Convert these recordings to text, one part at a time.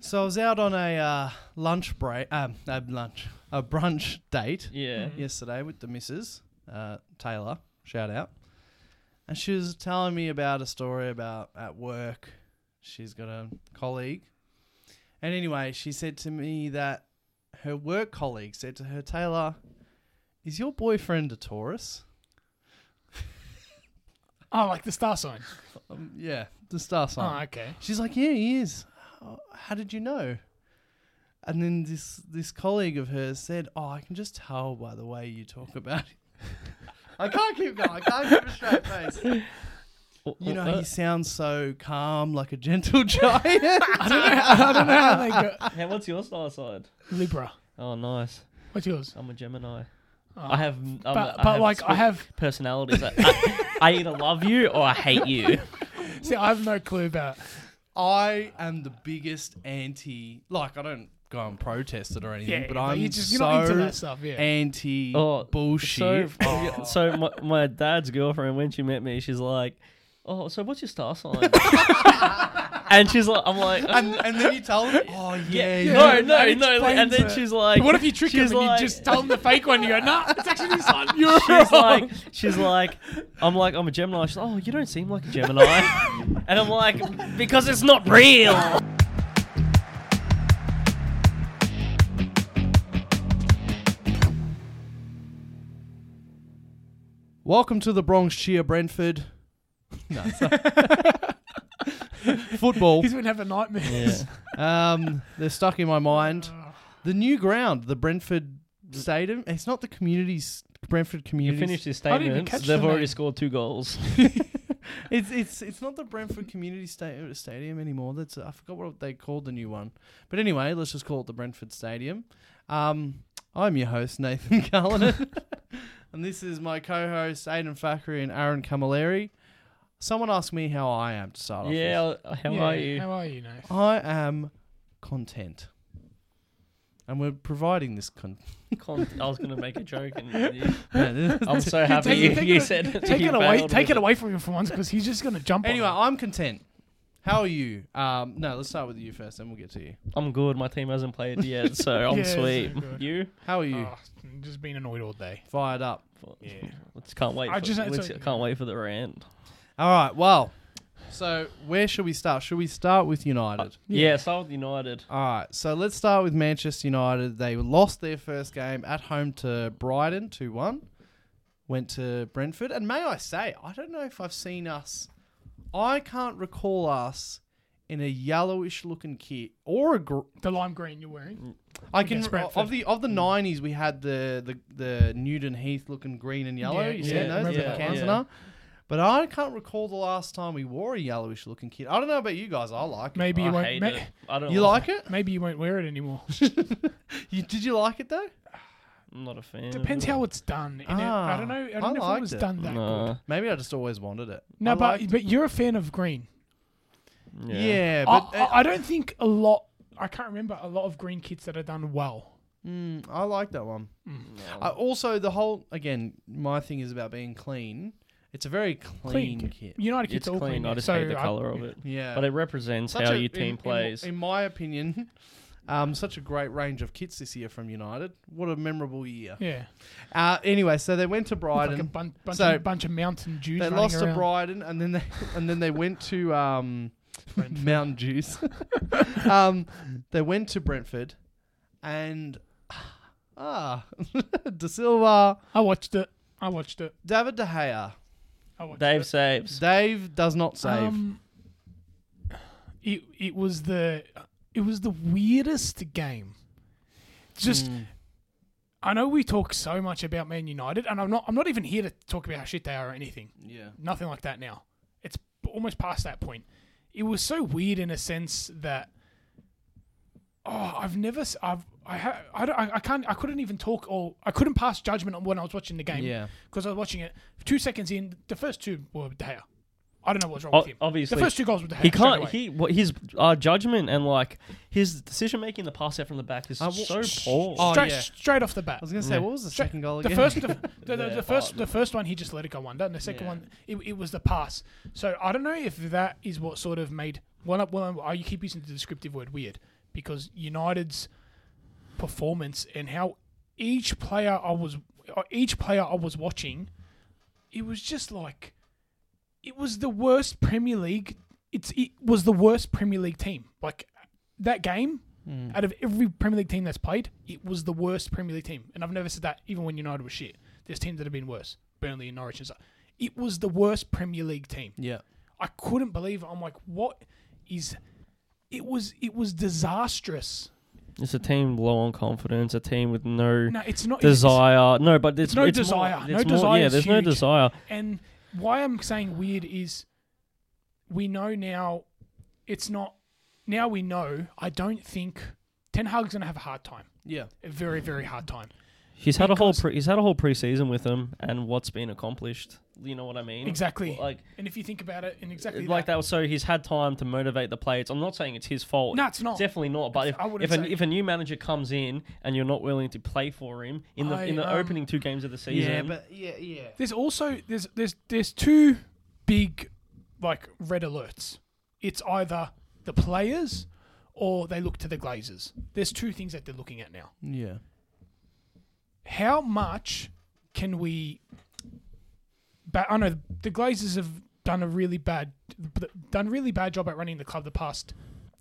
So I was out on a uh, lunch break, um, a lunch, a brunch date Yeah. yesterday with the missus, uh, Taylor, shout out. And she was telling me about a story about at work. She's got a colleague. And anyway, she said to me that her work colleague said to her, Taylor, is your boyfriend a Taurus? Oh, like the star sign. Um, yeah, the star sign. Oh, okay. She's like, yeah, he is. "Oh, How did you know? And then this this colleague of hers said, oh, I can just tell by the way you talk about it. I can't keep going. I can't keep a straight face. You know, he sounds so calm, like a gentle giant. I don't know how they go. Hey, what's your star side? Libra. Oh, nice. What's yours? I'm a Gemini. Oh. I have, I'm, but Um, I but have like I split have personalities. I, I, I either love you or I hate you. see I have no clue about I am the biggest anti. Like, I don't go and protest it or anything, yeah, but yeah, I'm you just so you're not into that stuff, yeah. anti Oh, So, bullshit. so my, my dad's girlfriend, when she met me, she's like, "Oh, so what's your star sign?" and she's like, "I'm like, uh, and, and then you tell them, oh yeah, yeah, no, yeah, no, that no." like- and explains then it. she's like, what if you trick him she's and like- you just tell him the fake one? You go, nah, it's actually this one. You're She's wrong." like, she's like, I'm like, I'm a Gemini. She's like, oh, you don't seem like a Gemini. and I'm like, because it's not real. Welcome to the Bronx cheer, Brentford. No, sorry. football. he's been having nightmares. Yeah. Um, they're stuck in my mind. The new ground, the Brentford Stadium. It's not the community's Brentford You community. finished his I didn't even statement. catch They've the already name. scored two goals. It's it's it's not the Brentford Community sta- Stadium anymore. That's I forgot what they called the new one. But anyway, let's just call it the Brentford Stadium. Um, I'm your host Nathan Cullinan, and this is my co-host Aidan Fakri and Aaron Camilleri. Someone asked me how I am to Oh, start off. with. yeah. How Yeah, are you? How are you, Nath? I am content. And we're providing this con- Con- I was gonna make a joke, and you- I'm Anyway, so happy take- you, take you it- said it. Take You it away. failed Take with it away from him for once, because he's just gonna jump. on it. I'm content. How are you? Um, no, let's start with you first, then we'll get to you. I'm good. My team hasn't played yet, so I'm Yeah, so sweet. good. You? How are you? Oh, just been annoyed all day. Fired up. Yeah. Just can't wait. I for, just- let's- it's okay. can't wait for the rant. All right, well, so where should we start? Should we start with United? Yeah. yeah start with United. All right, so let's start with Manchester United. They lost their first game at home to Brighton 2 1, went to Brentford. And may I say, I don't know if I've seen us, I can't recall us in a yellowish looking kit or a. Gr- The lime green you're wearing. I can. Against Brentford. Of the Hmm. of the 90s, we had the, the, the Newton Heath looking green and yellow. Yeah, you yeah, seen those? with remember The that one. Cantona. Yeah. But I can't recall the last time we wore a yellowish looking kit. I don't know about you guys. I like it. Maybe you I won't. hate ma- it. I don't. You like it? Maybe you won't wear it anymore. You, did you like it though? I'm not a fan. Depends how it's done. In it- Ah, I don't know. I I don't know if liked it was it. done that Nah. good. Maybe I just always wanted it. No, I but liked- but you're a fan of green. yeah. Yeah. but I, uh, I- I don't think a lot. I can't remember a lot of green kits that are done well. mm, I, like that one. I, also, the whole again, my thing is about being clean. It's a very clean, Clean. kit. United kits It's are all clean. clean. I just so hate the I- color of it. Yeah, But it represents Such how a- your in- team in- plays. In, my opinion, um, such a great range of kits this year from United. What a memorable year. Yeah, Uh, anyway, so they went to like a Brighton. bun- bunch, So, of, bunch of mountain dews. They running lost to around. Brighton, and then they and then they went to um, Mountain Dews. um, they went to Brentford, and ah, De Silva, I watched it. I watched it. David De Gea, I watched Dave it. saves. Dave does not save. Um, it it was the it was the weirdest game. Just Hmm. I know we talk so much about Man United, and I'm not I'm not even here to talk about how shit they are or anything. yeah, nothing like that now. It's p- almost past that point. It was so weird in a sense that oh, I've never s- I've I ha, I, don't, I I can't I couldn't even talk or I couldn't pass judgment on when I was watching the game yeah, because I was watching it two seconds in the first two were De Gea. I don't know what's wrong O- with him. The obviously, first two goals were to he straight can't. away. He what, his uh, judgment and like his decision making, the pass out from the back is Uh, so well- poor. Oh, straight, yeah. straight off the bat. I was gonna say, Yeah. what was the Straight- second goal The again? first, the, the, the, Yeah, the first, hard. the first one, he just let it go under, and the second Yeah. one, it, it was the pass. So I don't know if that is what sort of made well, up. Well, I keep using the descriptive word weird because United's performance and how each player I was, uh, each player I was watching, it was just like, it was the worst Premier League. It's it was the worst Premier League team. Like that game Mm. out of every Premier League team that's played, it was the worst Premier League team. And I've never said that even when United was shit. There's teams that have been worse. Burnley and Norwich and stuff. It was the worst Premier League team. Yeah. I couldn't believe it. I'm like, what is it was it was disastrous. It's a team low on confidence, a team with no, No, it's not it's- desire. No, but it's No it's more- desire. No it's more- desire Yeah, is there's no huge. desire. And why I'm saying weird is we know now it's not now we know I don't think Ten Hag's gonna have a hard time. Yeah. A very, very hard time. He's had a whole Because- pre- he's had a whole preseason with him, and what's been accomplished. You know what I mean? Exactly. Like and if you think about it, and exactly like that, that. So he's had time to motivate the players. I'm not saying it's his fault. No, it's not. Definitely not. But if I wouldn't if a, say- if a new manager comes in and you're not willing to play for him in the in I, the um, opening two games of the season, Yeah, but yeah, yeah. There's also there's there's there's two big like red alerts. It's either the players or they look to the Glazers. There's two things that they're looking at now. Yeah. How much can we? Ba- I know the Glazers have done a really bad done a really bad job at running the club the past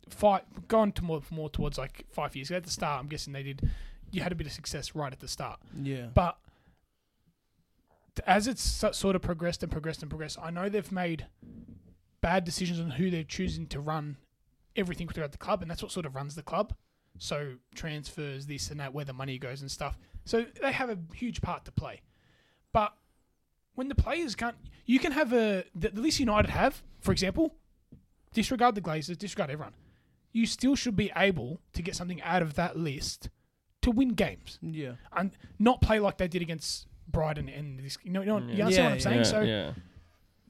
five gone to more more towards like five years ago at the start. I'm guessing they did. You had a bit of success right at the start. Yeah. But t- as it's so- sort of progressed and progressed and progressed, I know they've made bad decisions on who they're choosing to run everything throughout the club, and that's what sort of runs the club. So transfers, this and that, where the money goes and stuff. So they have a huge part to play. But when the players can't, you can have a the, the least United have, for example, disregard the Glazers, disregard everyone. You still should be able to get something out of that list to win games yeah. and not play like they did against Brighton and this. You know, you, know, you Yeah. understand what I'm Yeah, yeah, saying? so yeah.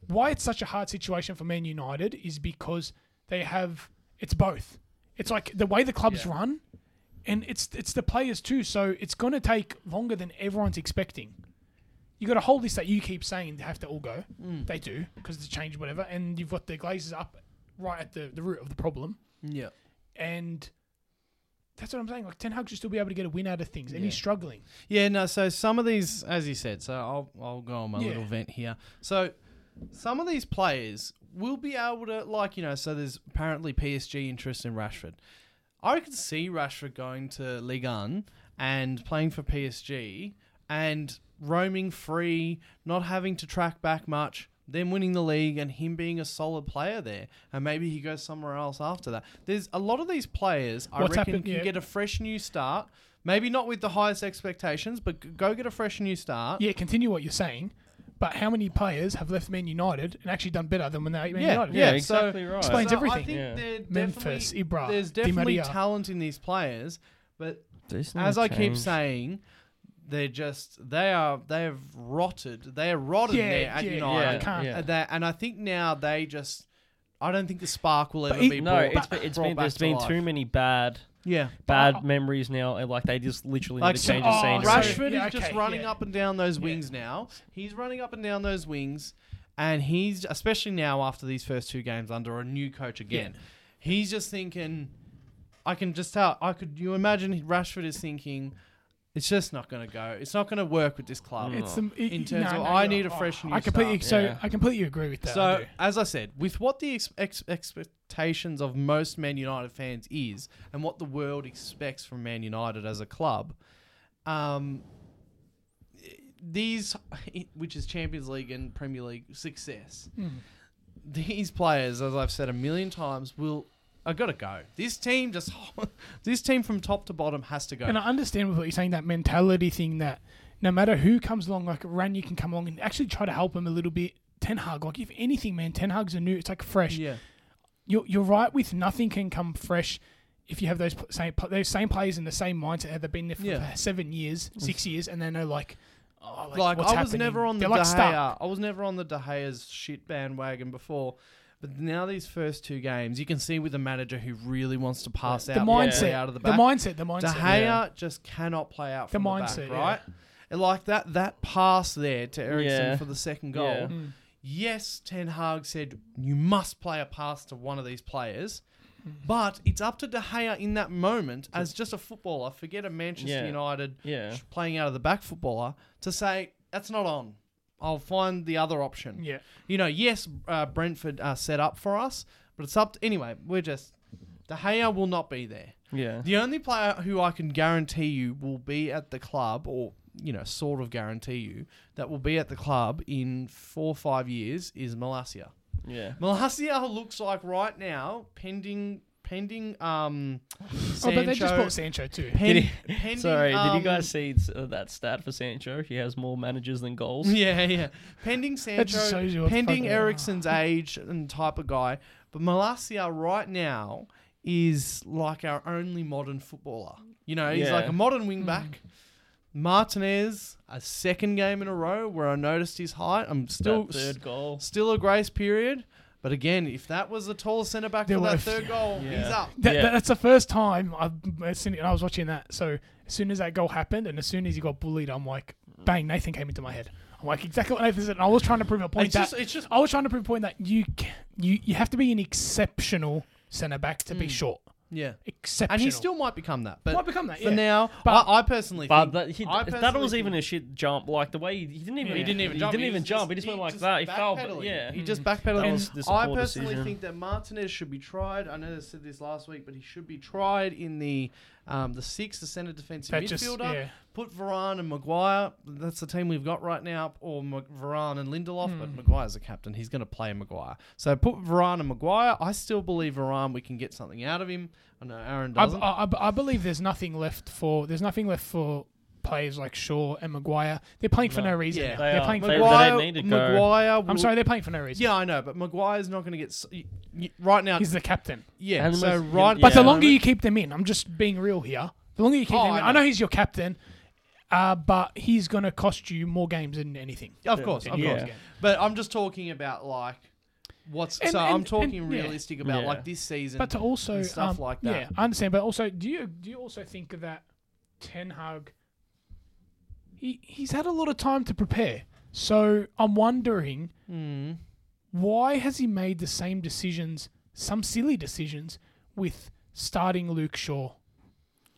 why it's such a hard situation for Man United is because they have it's both. It's like the way the clubs Yeah. run, and it's it's the players too. So it's going to take longer than everyone's expecting. You got a whole list that you keep saying they have to all go. Mm. They do because it's change whatever, and you've got the Glazers up right at the, the root of the problem Yeah. and. That's what I'm saying. Like Ten Hag should still be able to get a win out of things, and he's Yeah. struggling. Yeah, no, so some of these, as you said, so I'll, I'll go on my Yeah. little vent here. So some of these players will be able to, like, you know, so there's apparently PSG interest in Rashford. I could see Rashford going to Ligue 1 and playing for PSG and roaming free, not having to track back much, them winning the league and him being a solid player there. And maybe he goes somewhere else after that. There's a lot of these players I What's reckon happened- can yeah. get a fresh new start. Maybe not with the highest expectations, but g- go get a fresh new start. yeah, continue what you're saying, but how many players have left Man United and actually done better than when they were at Man Yeah, United? yeah, Yeah, exactly so, right. Explains so I everything. think Yeah. there Memphis, definitely- Ibra, There's Di definitely Maria. talent in these players, but There's no as I keep change. saying, they're just they are they have rotted. They are rotten Yeah, there at yeah, yeah, United. I can't. And, they- and I think now they just I don't think the spark will ever it- be no, brought, it's been, it's brought been back there's to been life. too many bad Yeah. bad memories now, and like they just literally Like need to so- change oh, the scenery. Rush- Rashford Yeah, is just okay, running yeah. up and down those Yeah. wings now. He's running up and down those wings, and he's especially now after these first two games under a new coach again. He's just thinking, I can just tell. I could. You imagine Rashford is thinking, it's just not going to go. It's not going to work with this club. Hmm. It's some, it, Oh. In terms no, of, no, I you're- need a oh, fresh new I completely start. so Yeah. I completely agree with that. I So, do. as I said, with what the ex- ex- expectations of most Man United fans is, and what the world expects from Man United as a club, um, these, which is Champions League and Premier League success, these players, as I've said a million times, will. I gotta go. This team just, this team from top to bottom has to go. and I understand with what you're saying that mentality thing that no matter who comes along, like Ranieri can come along and actually try to help him a little bit. Ten Hag, like if anything, man, Ten Hag's a new. It's like fresh. yeah, You're you're right with nothing can come fresh. If you have those pl- same pl- those same players in the same mindset, have they been there for Yeah. seven years, six years, and they know like, Oh, Like what's I was happening. never on the They're like De stuck. Gea. I was never on the De Gea's shit bandwagon before. But now these first two games, you can see with a manager who really wants to pass The out play mindset. out of the The back. mindset. The De mindset. Gea Yeah. just cannot play out The from the, mindset, back, yeah. right? And like that that pass there to Ericsson Yeah. for the second goal. Yeah. Mm. Yes, Ten Hag said you must play a pass to one of these players, Mm. but it's up to De Gea in that moment as just a footballer, forget a Manchester Yeah. United Yeah. playing out of the back footballer, to say that's not on. I'll find the other option. Yeah. You know, yes, uh, Brentford are set up for us, but it's up. To, anyway, we're just De Gea will not be there. Yeah. The only player who I can guarantee you will be at the club, or you know, sort of guarantee you that will be at the club in four or five years is Malasia. Yeah. Malasia looks like right now, pending, pending, um, Oh, but they just Sancho- bought Sancho too. pen- Did he- pending, Sorry, did um, you guys see s- uh, that stat for Sancho? He has more managers than goals. Yeah, yeah. Pending just shows you Sancho, what pending fucking- Ericsson's age and type of guy, but Malasia right now is like our only modern footballer. You know, he's Yeah. like a modern Hmm. wing back. Martinez, a second game in a row where I noticed his height. I'm still That third goal. still a grace period, but again, if that was the tall centre back There for that was- third goal, Yeah. he's up. That, Yeah. that- that's the first time I've I've seen it, and I was watching that. So as soon as that goal happened, and as soon as he got bullied, I'm like, bang! Nathan came into my head. I'm like, exactly what Nathan said. And I was trying to prove a point It's that just, it's just. I was trying to prove a point that you ca- you you have to be an exceptional centre back to be Mm. short. Yeah, Exceptional. and he still might become that, but might become that. for yeah. now, But- I, I personally But think that, he, I that personally was even think- a shit jump. Like the way he, he didn't even He didn't even jump. He didn't even was jump. He just went like that. He fell. But backpedaling. yeah. He just backpedaled. That And was the I support personally decision. think that Martinez should be tried. I know I said this last week, but he should be tried in the um, the six, the centre defensive That midfielder. just- yeah. Put Varane and Maguire. That's the team we've got right now, or Ma- Varane and Lindelof. Hmm. But Maguire's the captain. He's going to play Maguire. So put Varane and Maguire. I still believe Varane. We can get something out of him. I know Aaron I, doesn't. I, I- I believe there's nothing left for there's nothing left for players like Shaw and Maguire. They're playing for no, No. reason. Yeah. now. They They're are. playing for. They- no- Maguire. don't need to go. Maguire. Will, I'm sorry, they're playing for no reason. Yeah, I know, but Maguire's not going to get s- y- y- right now. He's the captain. Yeah. And so with- right, But Yeah. the longer you keep them in, I'm just being real here. The longer you keep Oh, them in, I I know. know he's your captain, uh, but he's going to cost you more games than anything. of course, of Yeah. course. But I'm just talking about like what's. And- so and- I'm talking and- yeah. realistic about Yeah. like this season. But to also and stuff um, like that. Yeah, I understand. But also, do you do you also think that Ten Hag? He he's had a lot of time to prepare, so I'm wondering Mm. why has he made the same decisions, some silly decisions, with starting Luke Shaw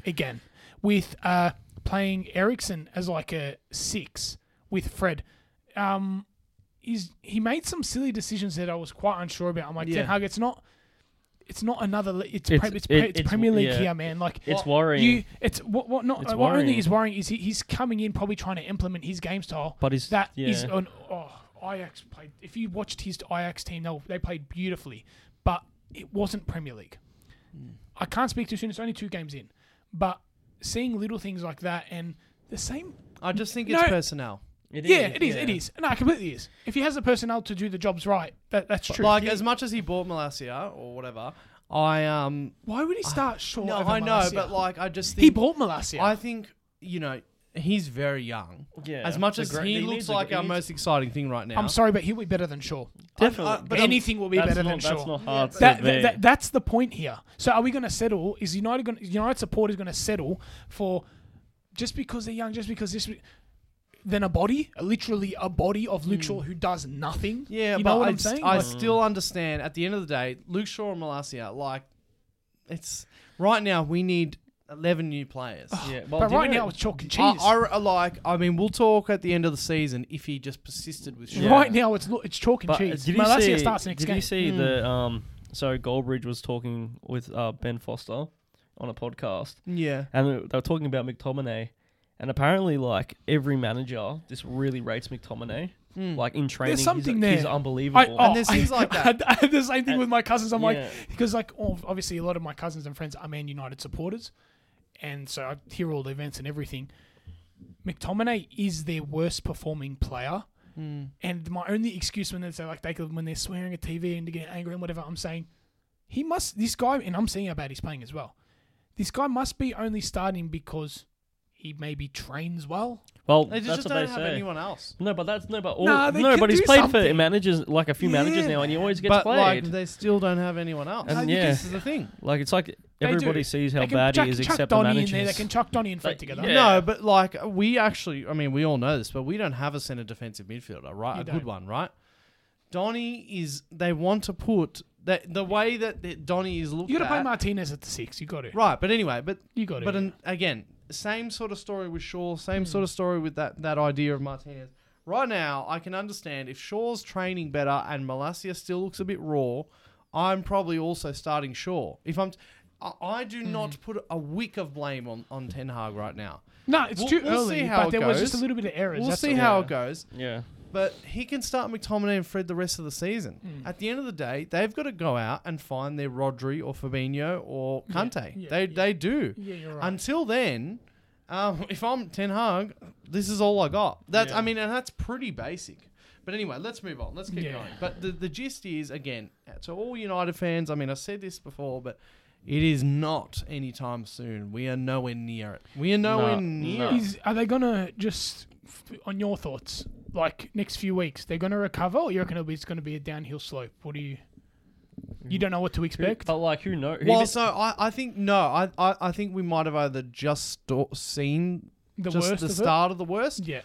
again, with uh, playing Ericsson as like a six with Fred. Um, he's he made some silly decisions that I was quite unsure about. I'm like, Yeah. Ten Hag, it's not, it's not another. li- It's It's- pre- it's, it- pre- it's, it's- Premier League yeah. here, man. Like It's worrying. you, it's what what not It's what only worrying. is worrying is he, he's coming in probably trying to implement his game style. But he's- that yeah. is on oh Ajax played. If you watched his Ajax team, they they played beautifully, but it wasn't Premier League. Hmm. I can't speak too soon. It's only two games in, but seeing little things like that and the same. I just think it's No. personnel. It yeah, it is. It is. No, it completely is. If he has the personnel to do the jobs right, that, that's true. Like as much as he bought Malasia or whatever, I um. why would he start short? No, over I know, Malacia? but like I just think he bought Malasia. I think you know he's very young. Yeah. As much The as gra- he he looks needs a- like he our needs- most exciting thing right now. I'm sorry, but he'll be better than Shaw. Definitely. I- but I'm- Anything will be That's better not- than Shaw. That's not hard That- to that, bear. that- that's the point here. So are we going to settle? Is United going? United supporters going to settle for just because they're young, just because this? Then a body, literally a body of Luke Shaw who does nothing. Hmm. Yeah, you but know what I, am st- saying. I Like, still understand. At the end of the day, Luke Shaw and Malasia, like, it's right now we need eleven new players. Yeah. Well, but do you right know- now it's chalk and cheese. I, I, I like. I mean, we'll talk at the end of the season if he just persisted with. Shaw. Right now it's lo- it's chalk and But cheese. did you Malacia see? starts next did game. Hmm. you see the um? So Goldbridge was talking with uh, Ben Foster on a podcast, Yeah. and they they were talking about McTominay, and apparently, like every manager, this really rates McTominay. Hmm, Like in training, he's- Hmm. something he's, there. unbelievable. oh, And there's things like that. I had, I had the same thing And- with my cousins. I'm yeah. like, because like oh, obviously a lot of my cousins and friends are Man United supporters, and so I hear all the events and everything. McTominay is their worst performing player, hmm. and my only excuse when they say like they could, when they're swearing at TV and they get angry and whatever, I'm saying he must. This guy, and I'm seeing how bad he's playing as well. This guy must be only starting because he maybe trains well. Well, They just, that's just what don't they have say. anyone else. No, but that's no, but all, Nah, they no, can but he's do played for something. managers like a few managers Yeah. now, and he always gets But like played. they still don't have anyone else. And Like, yeah. This is the thing. like it's like They do. everybody sees how they can bad chuck, he is, chuck except the Donny managers. in there. They can chuck Donny and Fred Like, together. yeah. No, but like we actually, I mean, we all know this, but we don't have a centre defensive midfielder, right? You a don't. good one, right? Donny is. They want to put that the way that, that Donny is looked You got to at. play Martinez at the six. You got to. right, but anyway, but You got Hmm. to. but an, again, same sort of story with Shaw. Same sort of story with that that idea of Martinez. Right now, I can understand if Shaw's training better and Malasia still looks a bit raw. I'm probably also starting Shaw. If I'm, I, I do Hmm. not put a wick of blame on on Ten Hag right now. no, it's We'll- too we'll early. see how but it there was just a goes. little bit of errors. We'll that's see all. how Yeah. it goes. yeah, But he can start McTominay and Fred the rest of the season. Hmm. At the end of the day, they've got to go out and find their Rodri or Fabinho or Kante. yeah, they yeah. they do. Yeah, you're right. Until then, um, if I'm Ten Hag, this is all I got. That's I mean, and that's pretty basic. But anyway, let's move on. Let's keep Yeah. going. But the, the gist is again to all United fans. I mean, I said this before, but it is not anytime soon. We are nowhere near it. We are nowhere near. no. it. Is, are they gonna just f- on your thoughts? Like next few weeks, they're gonna recover, or you reckon it'll be, it's gonna be a downhill slope? What do you? You don't know what to expect. but like who knows? Well, so I, I think no, I, I, I think we might have either just sto- seen The just worst the of start of the it. worst, Yeah,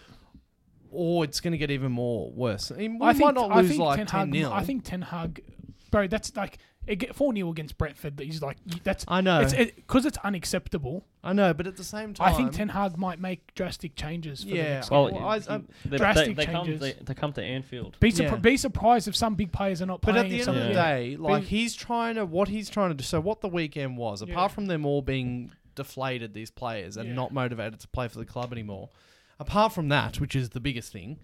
or it's going to get even more worse. I mean, we I might think not I lose think like Ten ten Hag. 0 I think Ten Hag, bro. That's like four 0 against Brentford. He's like that's I know, it's because it's unacceptable. I know, but at the same time, I think Ten Hag might make drastic changes. For the Yeah. next Well, game. I- I- they, they, drastic they come changes. they, they come to Anfield. be, surpri- yeah. be surprised if some big players are not But playing. at the end some- of the Yeah. day, like But- he's trying to what he's trying to do. So what the weekend was, Yeah. apart from them all being deflated, these players and Yeah. not motivated to play for the club anymore. Apart from that, which is the biggest thing,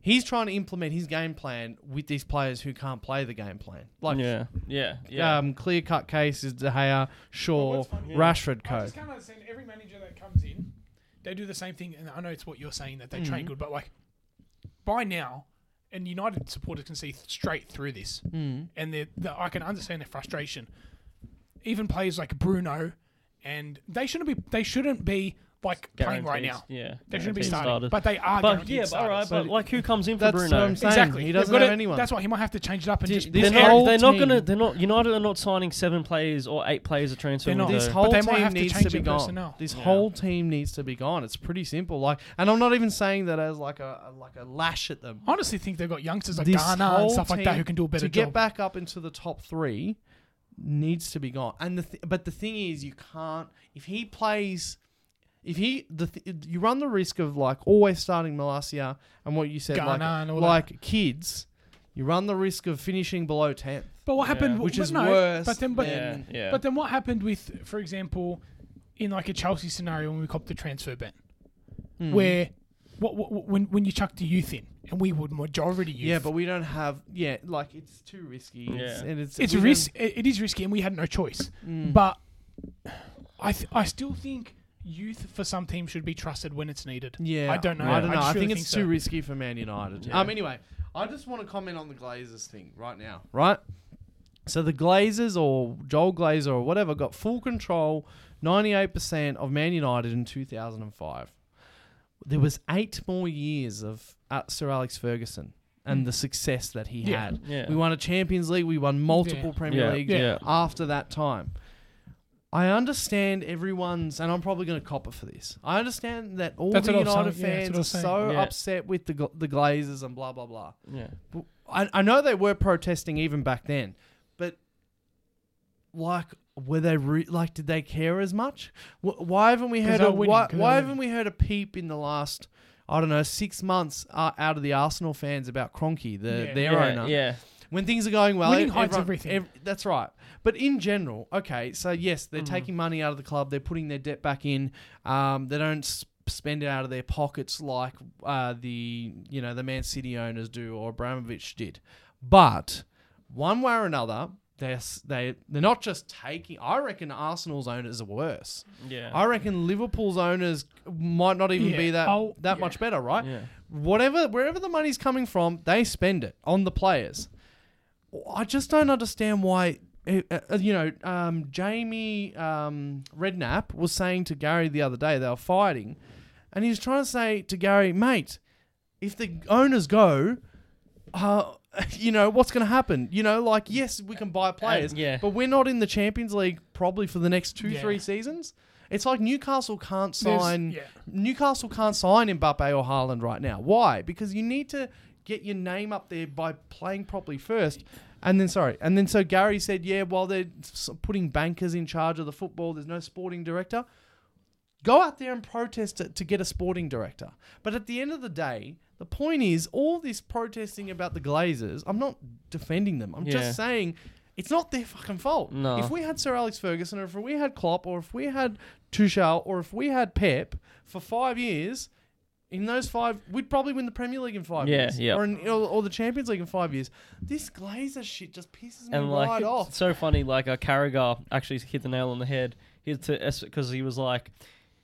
he's trying to implement his game plan with these players who can't play the game plan. Like yeah, yeah, yeah. um, clear cut case is De Gea, Shaw, What's funny- Rashford, I Co. just can't understand every manager that comes in, they do the same thing, and I know it's what you're saying that they Mm. train good, but like by now, and United supporters can see th- straight through this, mm. and they're, they I can understand their frustration. Even players like Bruno, and they shouldn't be they shouldn't be like playing right Guaranteed- now. Yeah, They shouldn't be guaranteed starting, but they are. But guaranteed yeah, but all right, starters. but like who comes in for That's what Bruno? I'm saying. exactly, He doesn't They've got have it- anyone. That's why he might have to change it up and Thi- just. this They're This not, whole they're not team- gonna. They're not. United are not signing seven players or eight players a transfer They're not. window. This But whole they might team have to needs to, change be their gone. personnel. This Yeah. whole team needs to be gone. It's pretty simple. Like, and I'm not even saying that as like a like a lash at them. I honestly think they've got youngsters like This Ghana and whole stuff like that team who can do a better to get job. back up into the top three needs to be gone. And the th- but the thing is, you can't if he plays. If he the th- you run the risk of like always starting Malasia and what you said Ghana like and all that. like kids, you run the risk of finishing below tenth, But what happened? Yeah. which but is no, worse. But then, but, yeah, yeah. but then, what happened with, for example, in like a Chelsea scenario when we copped the transfer ban, Mm-hmm. where what, what, what- when when you chucked the youth in and we would majority youth. Yeah, but we don't have. Yeah, like it's too risky. It's, Yeah. and it's it's we don't- risk. It it is risky, and we had no choice. Mm. But I th- I still think youth for some teams should be trusted when it's needed. Yeah, I don't know. I don't know. I, surely think it's so. too risky for Man United. Um. Anyway, I just want to comment on the Glazers thing right now. Right. So the Glazers or Joel Glazer or whatever got full control, ninety-eight percent of Man United in two thousand and five. There was eight more years of uh, Sir Alex Ferguson and the success that he Mm. Yeah. had. Yeah. We won a Champions League. We won multiple Premier Yeah. League Yeah. after that time. I understand everyone's, and I'm probably going to cop it for this. I understand that all That's the what I was United saying, yeah, that's fans what I are was saying. so Yeah. upset with the Gl- the Glazers and blah blah blah. yeah. But I, I know they were protesting even back then, but like, were they re- like, did they care as much? Wh- why haven't we 'Cause heard they're a winning, why, 'cause they're why haven't we heard a peep in the last? I don't know, six months uh, out of the Arsenal fans about Cronky, the, Yeah. their Yeah, owner yeah. when things are going well, Winning ev- hides everyone- everything. ev- that's right. But in general, okay, so yes, Mm. they're taking money out of the club. They're putting their debt back in. Um, they don't s- spend it out of their pockets like uh, the you know the Man City owners do or Abramovich did. But one way or another, they're s- they they're not just taking. I reckon Arsenal's owners are worse. Yeah. I reckon Liverpool's owners might not even Yeah, be that I'll- that yeah. much better, right? Oh, Yeah. Whatever, wherever the money's coming from, they spend it on the players. I just don't understand why. Uh, uh, you know, um, Jamie um, Redknapp was saying to Gary the other day they were fighting, and he's trying to say to Gary, mate, if the owners go, uh, you know what's going to happen? You know, like yes, we can buy players, yeah. but we're not in the Champions League probably for the next two, Yeah. three seasons. It's like Newcastle can't There's- sign. yeah. Newcastle can't sign Mbappe or Haaland right now. Why? Because you need to get your name up there by playing properly first. And then, sorry, and then so Gary said, yeah, while they're s- putting bankers in charge of the football, there's no sporting director. Go out there and protest to, to get a sporting director. But at the end of the day, the point is, all this protesting about the Glazers, I'm not defending them. I'm Yeah. just saying it's not their fucking fault. No. If we had Sir Alex Ferguson, or if we had Klopp, or if we had Tuchel, or if we had Pep for five years, in those five, we'd probably win the Premier League in five Yeah, years, yeah. or, in, or or the Champions League in five years. This Glazer shit just pisses me and like right off. it's so funny like uh, Carragher actually hit the nail on the head he because he was like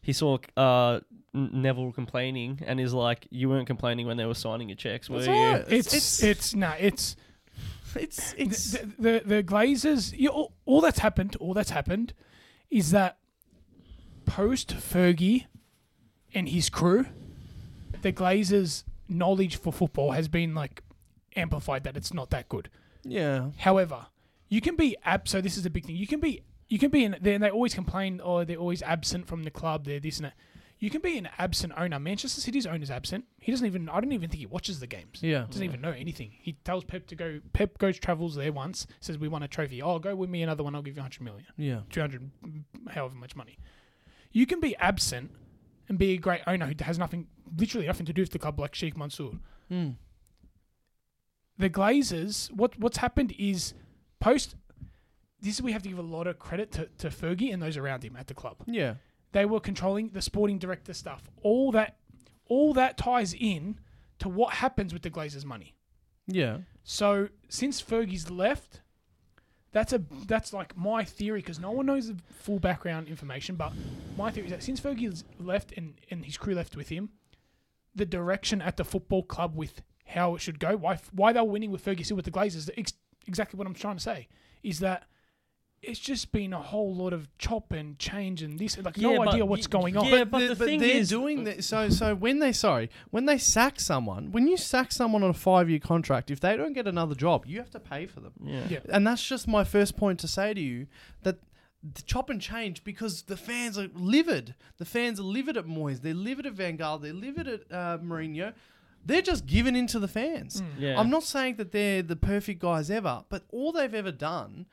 he saw uh, N- Neville complaining and he's like you weren't complaining when they were signing your checks were That's you right. It's it's, no, it's it's it's the, the the Glazers. You, all, all that's happened. All that's happened is that post Fergie and his crew, the Glazers' knowledge for football has been like amplified. That it's not that good. yeah. However, you can be ab. So this is a big thing. You can be you can be an. They, they always complain. Oh, they're always absent from the club. They're this and that. You can be an absent owner. Manchester City's owner's absent. He doesn't even. I don't even think he watches the games. Yeah. Doesn't even know anything. He tells Pep to go. Pep goes travels there once. Says we won a trophy. Oh, go win me another one. I'll give you 100 million, Yeah. 200, mm, however much money. You can be absent and be a great owner who has nothing, literally nothing to do with the club, like Sheikh Mansour Mm. the Glazers, what what's happened is post this we have to give a lot of credit to, to Fergie and those around him at the club. Yeah. They were controlling the sporting director stuff. All that all that ties in to what happens with the Glazers money. Yeah. So since Fergie's left, that's a that's like my theory because no one knows the full background information. But my theory is that since Fergie's left and and his crew left with him, the direction at the football club with how it should go, why why they were winning with Fergie still with the Glazers, ex- exactly what I'm trying to say is that. It's just been a whole lot of chop and change and this, like Yeah, no but idea y- what's going on. yeah, but the thing they're is- uh, doing that. So, so when they sorry, when they sack someone, when you sack someone on a five-year contract, if they don't get another job, you have to pay for them. yeah Yeah. And that's just my first point to say to you that the chop and change because the fans are livid. The fans are livid at Moyes. They're livid at Van Gaal. They're livid at uh, Mourinho. They're just giving in to the fans. Yeah. I'm not saying that they're the perfect guys ever, but all they've ever done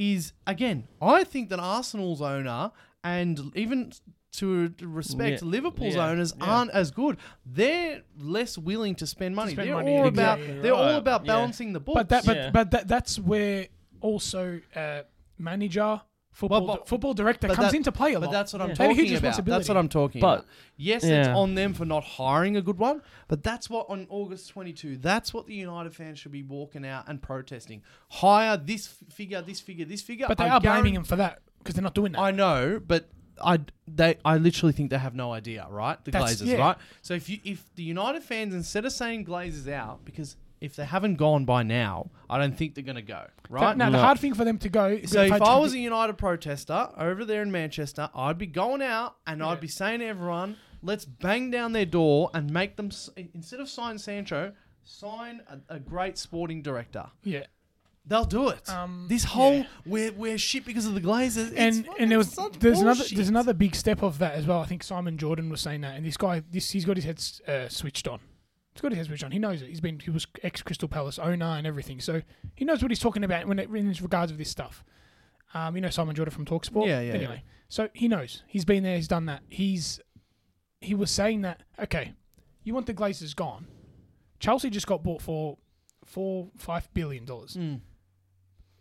is, again, I think that Arsenal's owner and even to respect Yeah. Liverpool's Yeah. owners Yeah. aren't as good. They're less willing to spend money. spend they're money, all about exactly they're right. all about Yeah. balancing the books. But that, but, Yeah. but that, that's where also uh, manager football Well, but- football director but comes that- into play a lot. But that's what I'm Yeah. They have a huge talking about. responsibility. That's what I'm talking But- about. Yes, it's Yeah. on them for not hiring a good one, but that's what on August 22, that's what the United fans should be walking out and protesting. Hire this f- figure, this figure, this figure. But they I are guaran- blaming him for that because they're not doing that. I know, but I they I literally think they have no idea, right? The That's- Glazers, yeah. right? So if you if the United fans instead of saying Glazers out because if they haven't gone by now, I don't think they're going to go, right? now the No. hard thing for them to go. is So if had to I was a be- United protester over there in Manchester, I'd be going out and I'd be saying to everyone, let's bang down their door and make them, s- instead of sign Sancho, sign a, a great sporting director. yeah, They'll do it. Um, this whole, yeah. we're, we're shit because of the Glazers. and it's and there was fucking such there's another bullshit. there's another big step of that as well. I think Simon Jordan was saying that, and this guy this he's got his head uh, switched on. He's got his head switched on. He knows it. He's been he was ex Crystal Palace owner and everything, so he knows what he's talking about when it in regards of this stuff. Um, you know Simon Jordan from Talksport. Yeah, yeah, Anyway, so he knows. He's been there. He's done that. He's he was saying that. Okay, you want the Glazers gone? Chelsea just got bought for four five billion dollars. Hmm. Mm.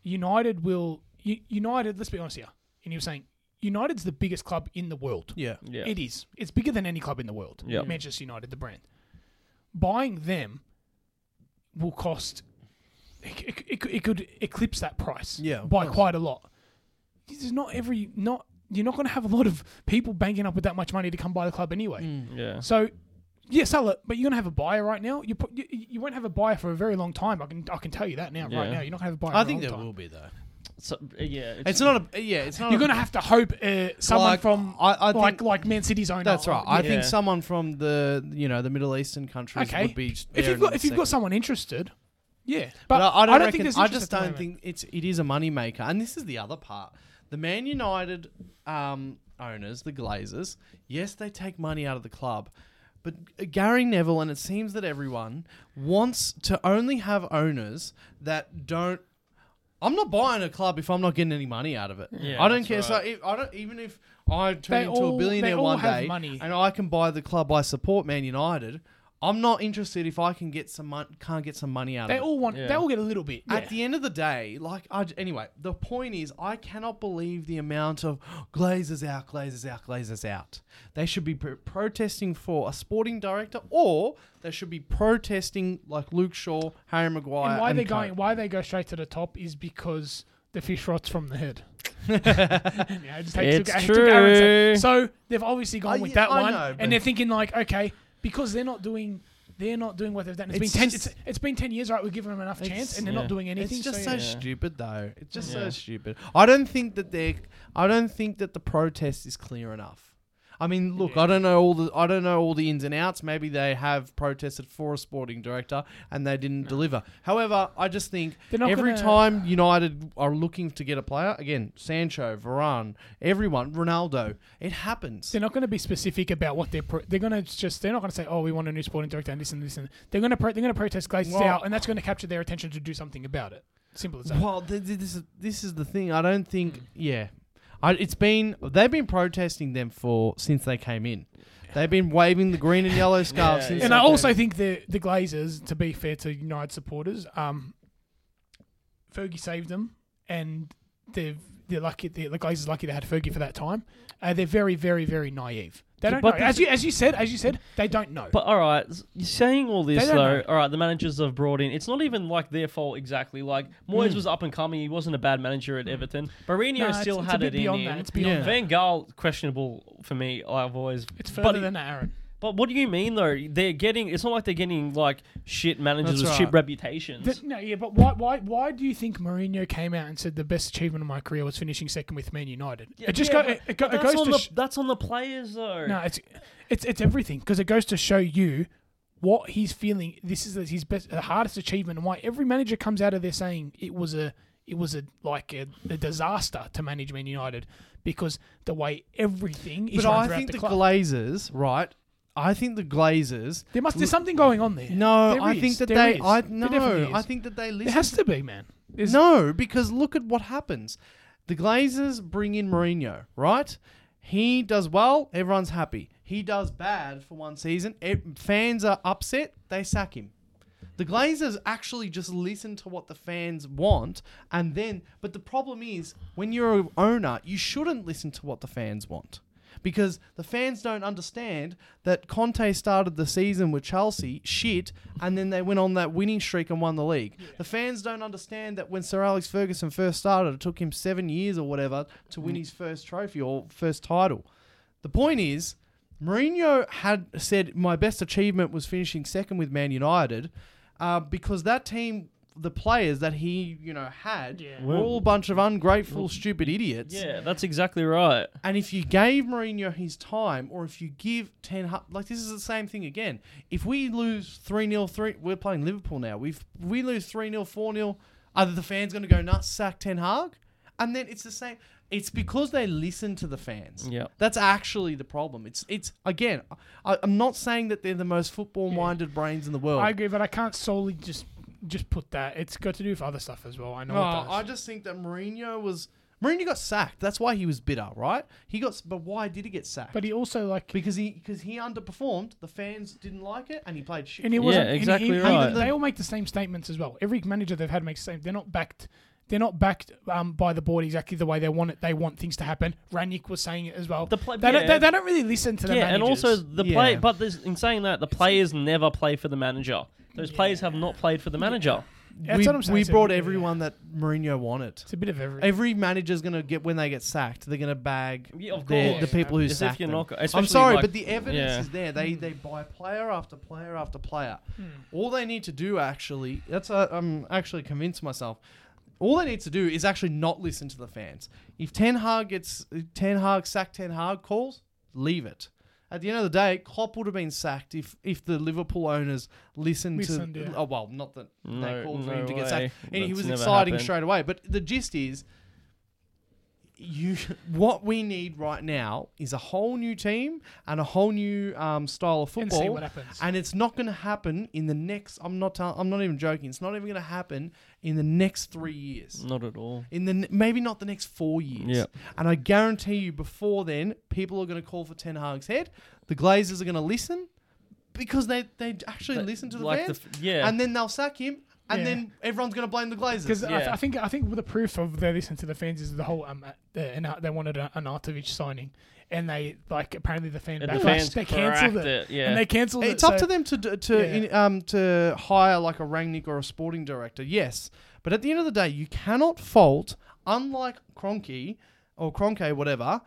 United will U- United. Let's be honest here. And he was saying United's the biggest club in the world. Yeah. yeah It is. It's bigger than any club in the world. Mm-hmm. Yeah. Manchester United, the brand. Buying them will cost. It, it, it, could- it could eclipse that price. Yeah, of by course. quite a lot. This is not every not. You're not going to have a lot of people banking up with that much money to come buy the club anyway. yeah So, yeah, sell it. But you're gonna have a buyer right now. You, put, you you won't have a buyer for a very long time. I can I can tell you that now. Right Yeah. now, you're not gonna have a buyer. I for a think long there time. will be, though. So, yeah, It's not a yeah. It's not. You're a- gonna have to hope uh, someone Like, from I, I like think like Man City's own. that's right. I Yeah. think someone from the you know the Middle Eastern countries Okay. would be. if there you've in got a if you've got second. someone interested, yeah. But I, I don't, reckon, think there's I interest just at the don't moment. think it's it is a moneymaker. And this is the other part. The Man United um, owners, the Glazers, yes, they take money out of the club. But Gary Neville, and it seems that everyone, wants to only have owners that don't. I'm not buying a club if I'm not getting any money out of it. Yeah, I don't that's care. So right. if, I don't even if I turn They into all- a they billionaire all one have day money. and I can buy the club I support, Man United. I'm not interested if I can get some mon- can't get some money out They of it. all want. They Yeah. all get a little bit. At the end of the day, like, I, j- anyway, the point is, I cannot believe the amount of glazers out, glazers out, glazers out. They should be pr- protesting for a sporting director, or they should be protesting like Luke Shaw, Harry Maguire. and why and they co. going? Why they go straight to the top is because the fish rots from the head. Yeah, it just takes- It's it took Aaron's- true. So they've obviously gone I- with that I one, know, but- and they're thinking like, okay, because they're not doing, they're not doing what they've done. it's It's been ten. just- It's, it's been ten years, right? We've given them enough It's- chance, and they're yeah. not doing anything. It's just so yeah. yeah. stupid, though. It's just Yeah. so stupid. I don't think that they. I don't think that the protest is clear enough. I mean, look, I don't know all the. I don't know all the ins and outs. Maybe they have protested for a sporting director and they didn't deliver. However, I just think They're not every gonna- time United are looking to get a player again, Sancho, Varane, everyone, Ronaldo, it happens. they're not going to be specific about what they're. Pro- they're going to just. They're not going to say, "Oh, we want a new sporting director and this and this and." They're going to. Pro- they're going to protest Glazers Well- out, and that's going to capture their attention to do something about it. Simple as that. Well, th- th- this is this is the thing. I don't think. Yeah, I, it's been they've been protesting them for since they came in. They've been waving the green and yellow scarves Yeah, since. yeah. and they I came also in. think the the Glazers, to be fair to United supporters, um, Fergie saved them, and they're they're lucky. They're, the Glazers lucky they had Fergie for that time. Uh, they're very, very, very naive. They don't But know. the As you as you said, as you said, they don't know. But all right, s- you're saying all this They don't though. know. All right, the managers have brought in. It's not even like their fault exactly. Like Moyes was up and coming. He wasn't a bad manager at Everton. Mourinho Hmm. Nah, it's- still it's a had bit it in beyond him. that. It's beyond Yeah. that. Van Gaal questionable for me. I've always It's but further he- than that, Aaron. But what do you mean though? They're getting. It's not like they're getting like shit managers That's with right. shit reputations. Th- no, yeah, but why, why, why do you think Mourinho came out and said the best achievement of my career was finishing second with Man United? Yeah, it yeah, just go, it, but- it, go, but it that's goes on to the sh- that's on the players though. no, it's it's it's everything because it goes to show you what he's feeling. This is his best, the hardest achievement, and why every manager comes out of there saying it was a it was a like a, a disaster to manage Man United because the way everything is But run I throughout think the, the club. Glazers, right? I think the Glazers. there must there's something going on there. No, There I is, think that there they. is. I There definitely no. is. I think that they there listen. has to be man. There's No, because look at what happens. The Glazers bring in Mourinho, right? He does well, everyone's happy. He does bad for one season, e- fans are upset, they sack him. The Glazers actually just listen to what the fans want, and then. But the problem is, when you're an owner, you shouldn't listen to what the fans want. Because the fans don't understand that Conte started the season with Chelsea shit, and then they went on that winning streak and won the league. The fans don't understand that when Sir Alex Ferguson first started, it took him seven years or whatever to win his first trophy or first title. The point is, Mourinho had said my best achievement was finishing second with Man United, uh, because that team, the players that he you know had, Yeah. were all a bunch of ungrateful, stupid idiots. Yeah, that's exactly right. And if you gave Mourinho his time, or if you give ten, hu- like this is the same thing again. If we lose three 0 three, we're playing Liverpool now. We've we lose three 0 four 0 Are the fans going to go nuts, sack Ten Hag? And then it's the same. It's because they listen to the fans. Yeah. that's actually the problem. It's it's again. I, I'm not saying that they're the most football-minded brains in the world. I agree, but I can't solely just just put that. It's got to do with other stuff as well. I know. No, it does. Oh, I just think that Mourinho was Mourinho got sacked. That's why he was bitter, right? He got, s- but why did he get sacked? but he also like because he because he underperformed. The fans didn't like it, and he played shit. And he Yeah, wasn't. and he- exactly he- he- right. They all make the same statements as well. Every manager they've had makes the same. They're not backed. They're not backed um, by the board exactly the way they want it. They want things to happen. Ranick was saying it as well. The pla- they, yeah. don't, they, they don't really listen to the yeah, and managers. also the play. Yeah. But this, in saying that, the players never play for the manager. Those players have not played for the manager. That's we, what I'm saying, we it's a brought bit of- everyone that Mourinho wanted. It's a bit of everything. Every manager's gonna get when they get sacked, they're gonna bag Yeah, of their, the course. people who As if sacked you're them. not go- I'm especially sorry, like- but the evidence yeah. is there. They they buy player after player Hmm. after player. All they need to do actually that's uh, I'm actually convinced myself. all they need to do is actually not listen to the fans. If Ten Hag gets Ten Hag sack Ten Hag calls, leave it. At the end of the day, Klopp would have been sacked if, if the Liverpool owners listened, Listened, to. yeah. Oh well, not that No- they called for no him to get way. sacked, and he That's was never exciting happened. straight away. But the gist is, you what we need right now is a whole new team and a whole new um, style of And football. see what happens. And it's not going to happen in the next. I'm not. Tell, I'm not even joking. It's not even going to happen in the next three years. Not at all. In the ne- maybe not the next four years. Yeah. And I guarantee you, before then, people are going to call for Ten Hag's head. The Glazers are going to listen because they they actually They- listen to the like the fans, f- yeah. and then they'll sack him, and Yeah. then everyone's going to blame the Because Glazers. I, th- Yeah. I think I think the proof of their listen to the fans is the whole um uh, the, and they wanted a, an Artovich signing, and they like apparently the fan And the backlash, fans they cancelled cracked it, it, yeah. and they cancelled it. It's up to so- them to d- to Yeah. in, um to hire like a Rangnick or a sporting director. Yes, but at the end of the day, you cannot fault. Unlike Cronky or Cronke, whatever,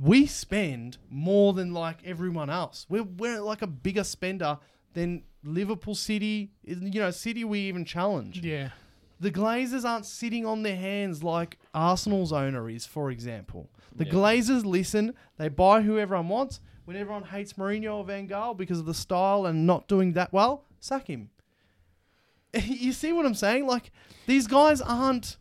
we spend more than like everyone else. We're we're like a bigger spender than Liverpool City. You know, City we even challenge Yeah, the Glazers aren't sitting on their hands like Arsenal's owner is, for example. The Yeah. Glazers listen, they buy who everyone wants. When everyone hates Mourinho or Van Gaal because of the style and not doing that well, sack him. you see what I'm saying? Like these guys aren't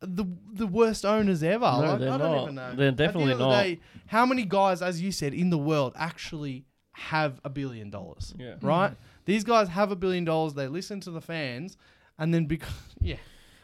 the the worst owners ever. No, like, they're I don't not. even know. They're At the end definitely of the not. day, how many guys, as you said, in the world actually have a billion dollars? Yeah. right? These guys have a billion dollars. They listen to the fans, and then because yeah,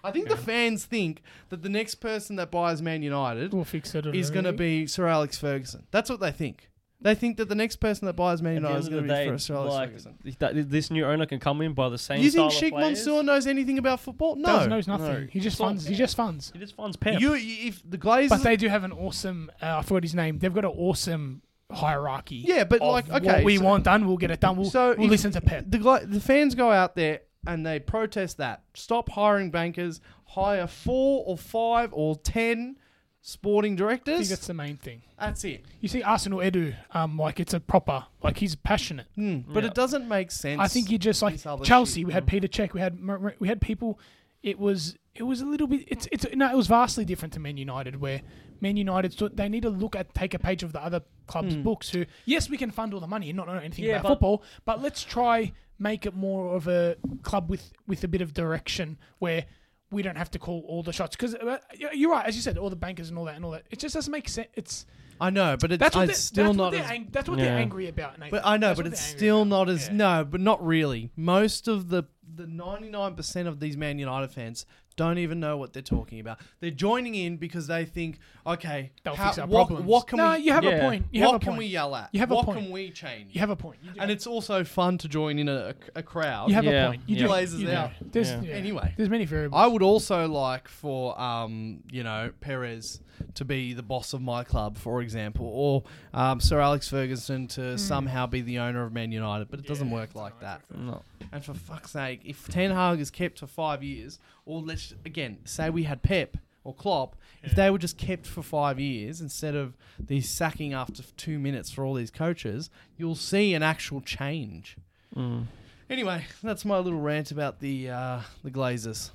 I think the fans think that the next person that buys Man United we'll fix it. is going to be Sir Alex Ferguson. That's what they think. They think that the next person that buys Man At the United end is of going the to be day, for Sir Alex like, Ferguson. that- this new owner can come in by the same. You think style of Sheikh players. Mansour knows anything about football? No. Does knows nothing. no. He just It's all funds. He bad. just funds. He just funds Pep. You, if the Glazers, But they do have an awesome. Uh, I forgot his name. They've got an awesome hierarchy. yeah, but of like okay, what we so- want done, we'll get it done. We'll, So we'll if- listen to Pep. the gla- the fans go out there and they protest that stop hiring bankers hire four or five or ten sporting I think directors that's the main thing. that's it You see, Arsenal Edu, um, like it's a proper, like he's passionate. Hmm, but Yeah. it doesn't make sense I think you just like It's all the Chelsea. shit. We had Peter Check. We had Mer- Mer- we had people. It was it was a little bit. It's it's no. It was vastly different to Man United, where Man United so they need to look at take a page of the other clubs' Hmm. books. Who yes, we can fund all the money and not know anything Yeah, about but- football, but let's try make it more of a club with with a bit of direction where. We don't have to call all the shots because you're right, as you said, all the bankers and all that and all that. It just doesn't make sense. It's i know but it's, that's what it's still they're, that's not what they're, as, ang- that's what Yeah. they're angry about. Nathan. but i know That's but what it's they're angry still about. not as Yeah. no but not really most of the the 99% of these man united fans don't even know what they're talking about they're joining in because they think okay They'll how- fix our what, problems. what can no, we you have Yeah. a point. You what have a can point. we yell at You have a what point. can we change You have a point. You do and have- it's also fun to join in a, a crowd. you have Yeah. a point. You Yeah. do. Blazers you do. out. There's, Yeah. yeah. Anyway. there's many variables. I would also like for um, you know Perez to be the boss of my club, for example, or um, Sir Alex Ferguson to Hmm. somehow be the owner of Man United, but it doesn't work like that. No. And for fuck's sake, if Ten Hag is kept for five years, or let's again say we had Pep or Klopp, if they were just kept for five years instead of these sacking after two minutes for all these coaches, you'll see an actual change. Mm. Anyway, that's my little rant about the uh, the Glazers.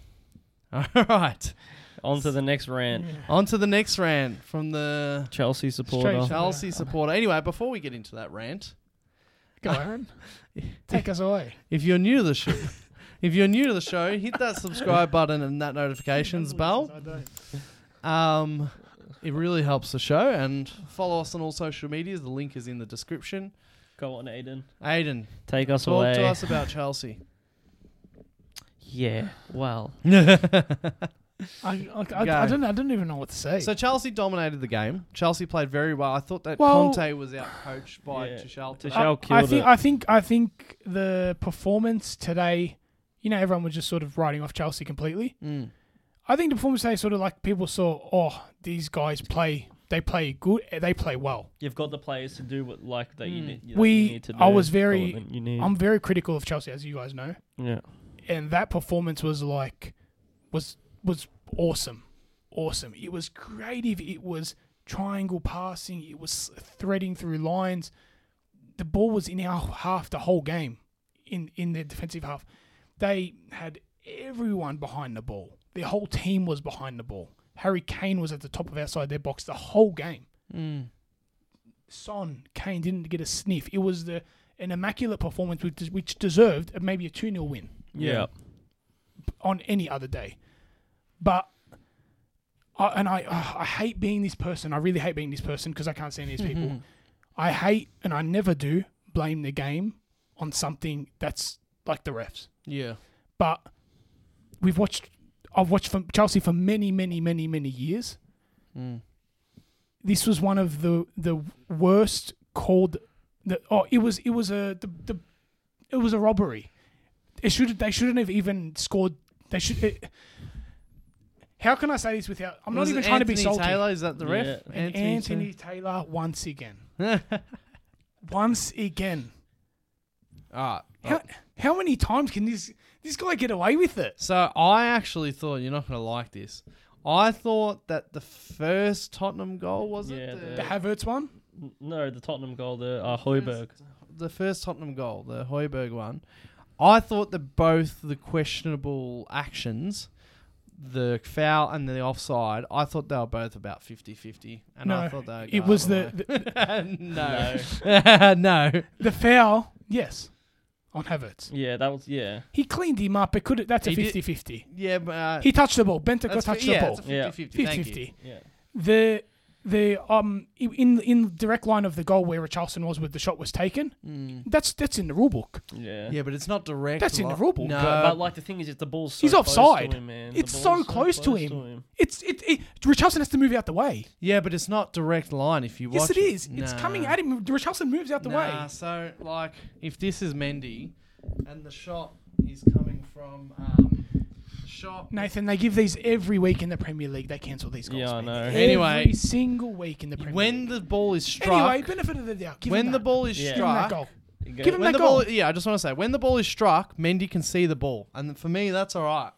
All right, On to the next rant. on to the next rant from the Chelsea supporter. Strange. Chelsea supporter. Anyway, before we get into that rant, Go on. Take us away. If you're new to the show, if you're new to the show, hit that subscribe button and that notifications bell. Um, it really helps the show and follow us on all social medias. The link is in the description. Go on, Aiden. Aiden, Take us talk away. to us about Chelsea. Yeah. Well. I, I, I, Go. I don't. I don't even know what to say. so Chelsea dominated the game. Chelsea played very well. I thought that Well- Conte was outcoached by Yeah. Tuchel. Tuchel. today. Shao I, I killed think. it. I think. I think the performance today. You know, everyone was just sort of writing off Chelsea completely. Mm. I think the performance today, sort of like people saw, oh, these guys play. They play good. They play well. You've got the players to do what like that you Mm. need. that We- you need to do. I was very- Got what You need. I'm very critical of Chelsea, as you guys know. yeah. and that performance was like was was awesome awesome it was creative it was triangle passing it was threading through lines the ball was in our half the whole game in in their defensive half they had everyone behind the ball Their whole team was behind the ball. Harry Kane was at the top of outside their box the whole game. Mm. Son Kane didn't get a sniff. It was the an immaculate performance which, des- which deserved a- maybe a 2 0 win Yeah. on any other day. But I, and I ah, I hate being this person. I really hate being this person because I can't stand these people. I hate and I never do blame the game on something that's like the refs. Yeah. But we've watched I've watched from Chelsea for many many many many years. Mm. This was one of the the worst called the oh it was it was a the, the it was a robbery. It should they shouldn't have even scored they should it, How can I say this without I'm Was not even it trying to be Anthony salty. Taylor, is that the ref? Yeah. And Anthony Taylor once again. Once again. Ah. How, how many times can this this guy get away with it? So I actually thought you're not going to like this. I thought that the first Tottenham goal was Yeah, it the- The Havertz one? N- No, the Tottenham goal, the uh, Hoiberg. the first Tottenham goal, the Hoiberg one, I thought that both the questionable actions, the foul and the offside, I thought they were both about 50-50. and I No, thought they were It going was either the, the way. no, no. the foul, yes, on Havertz. Yeah, that was yeah. He cleaned him up. It could that's a He did- 50-50. Yeah, but uh, He touched the ball. Bentancur that's fi- touched yeah, the ball. It's a 50-50. Yeah. Thank you. 50-50. Yeah. The the um in in direct line of the goal where Richarlison was with the shot was taken. Mm. That's that's in the rule book. Yeah. Yeah, but it's not direct. That's in the li- rule book. No, But, but like the thing is, if the ball's so He's close offside. To him, man. The It's ball's so close to him. It's it, it Richarlison has to move out the way. yeah, but it's not direct line. If you watch, yes, it is. It's Nah. coming at him. Richarlison moves out the nah, way. So, like, if this is Mendy, and the shot is coming from um, the shot. Nathan, they give these every week in the Premier League. They cancel these goals. Yeah, I man. know. Every Anyway, single week in the Premier When League. the ball is struck, anyway, benefit of the doubt. Give when him the that. ball is Yeah. Give him that struck, goal. Go- Give him when that the goal. ball, yeah, I just want to say, when the ball is struck, Mendy can see the ball, and for me, that's all right.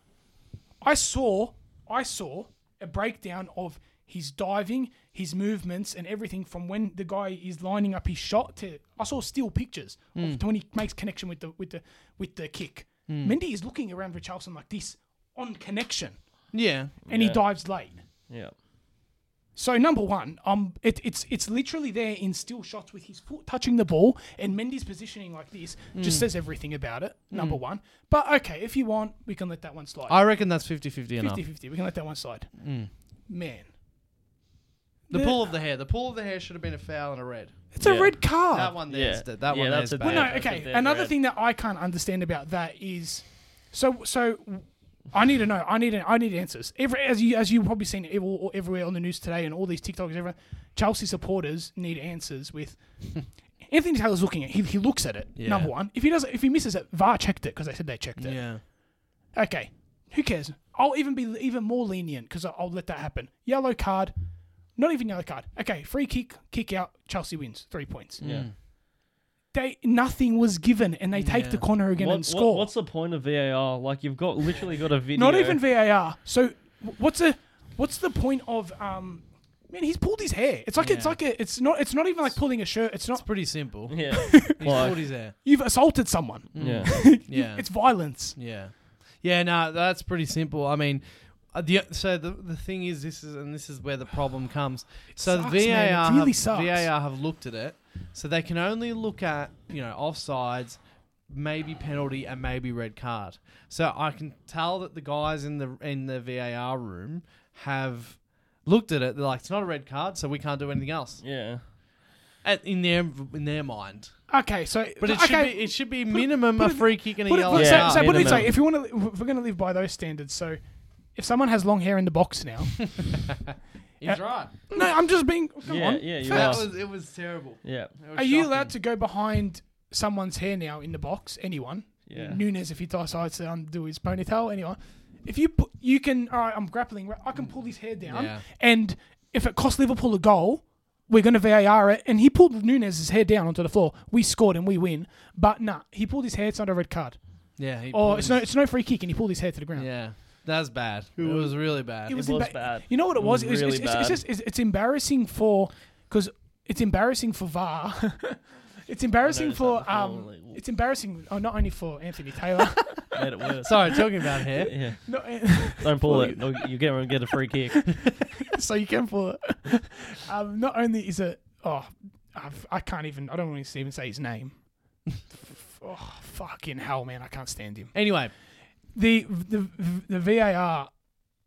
I saw, I saw a breakdown of his diving, his movements, and everything from when the guy is lining up his shot to. I saw still pictures of when he makes connection with the with the with the kick. Mendy is looking around Richarlison like this on connection, Yeah, and he Yeah. dives late. Yeah. So number one, um, it, it's it's literally there in still shots with his foot touching the ball and Mendy's positioning like this just says everything about it. Number one, but okay, if you want, we can let that one slide. I reckon that's 50-50 enough. 50 50. We can let that one slide. Mm. Man. The The- pull of the hair, the pull of the hair should have been a foul and a red. It's Yeah. a red card. That one there's Yeah. that, that Yeah, one that's there's a bad. bad- No, I think okay. they're Another red. thing that I can't understand about that is so so I need to know. I need I need answers. Every as you as you probably seen ev- all- everywhere on the news today and all these TikToks everyone Chelsea supporters need answers with Anthony Taylor's looking at he, he looks at it. Yeah. Number one. If he doesn't if he misses it, VAR checked it because they said they checked it. Yeah, Okay, who cares? I'll even be even more lenient because I'll let that happen. Yellow card, not even yellow card. Okay, free kick, kick out. Chelsea wins three points. Mm. Yeah. They nothing was given, and they take Yeah. the corner again What- and what- score. what's the point of VAR? Like you've got literally got a video. not even VAR. So wh- what's a what's the point of um? Man, he's pulled his hair. It's like it's Yeah. like a, it's not it's not even like pulling a shirt. It's it's not pretty simple. Yeah. He's Like, pulled his hair. you've assaulted someone. yeah. Yeah, It's violence. Yeah, yeah. No, that's pretty simple. I mean, uh, the so the the thing is, this is and this is where the problem comes. So sucks, the VAR man. It really have, sucks. VAR have looked at it, so they can only look at you know offsides, maybe penalty and maybe red card. So I can tell that the guys in the in the VAR room have looked at it. They're like, it's not a red card, so we can't do anything else. Yeah. At, in their in their mind, Okay, so but it okay, should be it should be minimum put a it- free kick and a Put it, yellow put- Yeah, card. so, so put it this minimum. way, if you want to, if we're going to live by those standards, so if someone has long hair in the box now, He's right. no, I'm just being. Come Yeah, on, yeah, you That facts. are. was it was terrible. Yeah. Are you allowed to go behind someone's hair now in the box? Anyone? Yeah. Nunes, if he decides to undo his ponytail, anyone? If you put, you can. All right, I'm grappling. I can pull his hair down, Yeah. and if it costs Liverpool a goal. We're going to VAR it, and he pulled Nunes' hair down onto the floor. We scored and we win, but nah, he pulled his hair. It's not a red card. Yeah. He Oh, pulled it's no, his- it's no free kick, and he pulled his hair to the ground. Yeah, that's bad. It was really bad. it was, It was emba- bad. You know what it It was? was It was really it's, it's, it's bad. just it's, it's embarrassing for because it's embarrassing for VAR It's embarrassing noticed that for before, um. like, w- It's embarrassing. Oh, not only for Anthony Taylor. made it worse. Sorry, talking about hair. yeah, not, don't pull it. or You get get a free kick. so you can pull it. Um, not only is it. Oh, I've, I can't even. I don't want to even say his name. oh, fucking hell, man! I can't stand him. Anyway, The the the VAR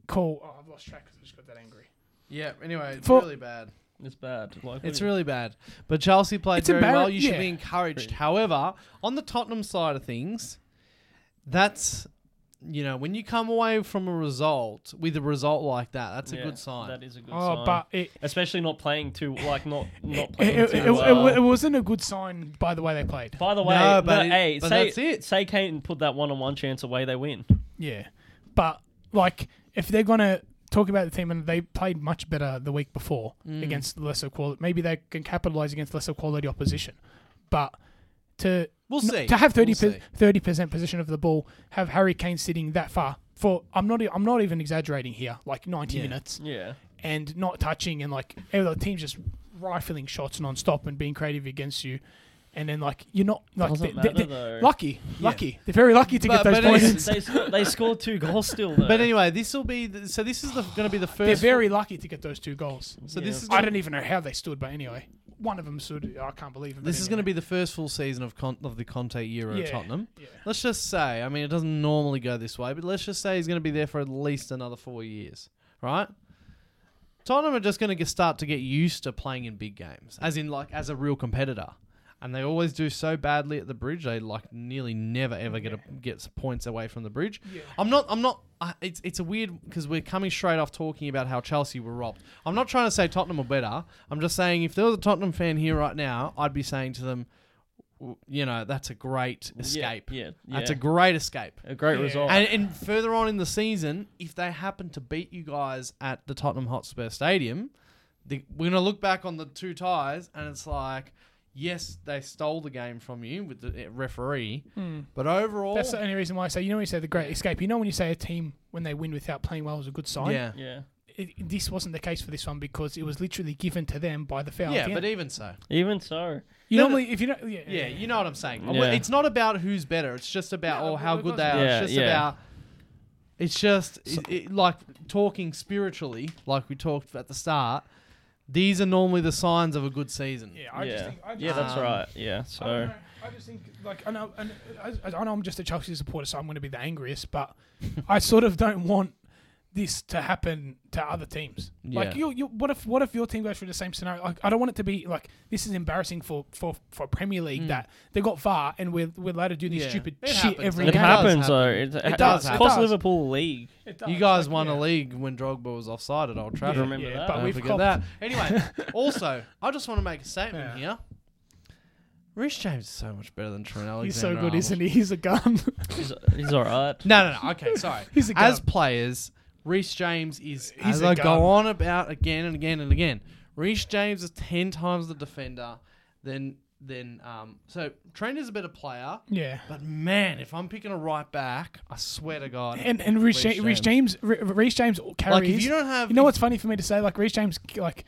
call. Oh, I've lost track because I just got that angry. yeah. Anyway, it's For- really bad. It's bad. Like, It's really bad. But Chelsea played It's very well. embarra- You yeah. should be encouraged. However, on the Tottenham side of things, that's you know when you come away from a result with a result like that, that's a yeah, good sign. That is a good Oh, sign. but it especially not playing too like not not it, playing it, too it- it- well. it wasn't a good sign by the way they played. By the way, No, no, but it- hey, but say that's it. say Kane put that one on one chance away, they win. Yeah, but like if they're gonna talk about the team and they played much better the week before Mm. against lesser quality, maybe they can capitalize against lesser quality opposition. But to We'll n- see. to have 30 We'll see. percent possession of the ball, have Harry Kane sitting that far for I'm not e- I'm not even exaggerating here, like 90 Yeah. minutes Yeah, and not touching and like eh, the team's just rifling shots non-stop and being creative against you. And then, like you're not like doesn't they- they- matter, they're though. lucky, lucky. They're very lucky to But- get those but it's- points. they, s- they scored two goals still. Though. But anyway, this will be the, so. This is the, going to be the They're first. very lucky to get those two goals. so this Yeah. is I gonna, don't even know how they stood, but anyway, one of them stood. I can't believe it. this is going to be the first full season of Con- of the Conte era at Yeah. Tottenham. be. Yeah. Let's just say, I mean, it doesn't normally go this way, but let's just say he's going to be there for at least another four years, right? Tottenham are just going to start to get used to playing in big games, as in like as a real competitor, and they always do so badly at the bridge. They like nearly never ever get a, gets points away from the bridge. Yeah. I'm not. I'm not. I it's it's a weird because we're coming straight off talking about how Chelsea were robbed. I'm not trying to say Tottenham are better. I'm just saying if there was a Tottenham fan here right now, I'd be saying to them, w- you know, that's a great escape. Yeah, yeah, Oh. That's a great escape. a great Yeah. result. And, and further on in the season, if they happen to beat you guys at the Tottenham Hotspur Stadium, the, we're going to look back on the two ties and it's like, yes, they stole the game from you with the uh, referee, but overall, That's the only reason why I say you know when you say the great escape. You know when you say a team when they win without playing well is a good sign. yeah. yeah, It, this wasn't the case for this one because it was literally given to them by the foul. Yeah, at the but end. even so. even so, you no, normally if you don't, yeah, Yeah, you know what I'm saying. Yeah. It's not about who's better. It's just about No, oh how of good course they are. not. it's just Yeah, yeah. about. It's just it, it- like talking spiritually, like we talked at the start. These are normally the signs of a good season. yeah, I yeah, just think, I just yeah, that's um, right. Yeah, I don't so know. I just think, like, I know, and I, I know I'm just a Chelsea supporter, so I'm going to be the angriest, but I sort of don't want this to happen to other teams. Like, Yeah. you, you, what if, what if your team goes through the same scenario? Like, I don't want it to be like this is embarrassing for for for Premier League that they got VAR and we're we're allowed to do this Yeah. stupid It shit happens. every it does game. happens happen. though. It, it does does. happen. Cost It does. Liverpool a league. It does, You guys like, won yeah. a league when Drogba was offside at Old Trafford. I remember yeah, that. but Don't we've forget copped. that. Anyway, also, I just want to make a statement Yeah. here. Rich James is so much better than Trent Alexander. He's so good, isn't he? He's a gun. He's, he's all right. No, no, no. Okay, sorry. He's a As gun. players, Reece James is. He's as a I gun. go on about again and again and again, Reece James is ten times the defender than than. Um, so Trent is a better player, yeah. but man, if I'm picking a right back, I swear to God. And and Reece, Reece Ja- Reece James, Re- Reece James carries. like if you don't have, You know what's funny for me to say? Like Reece James, like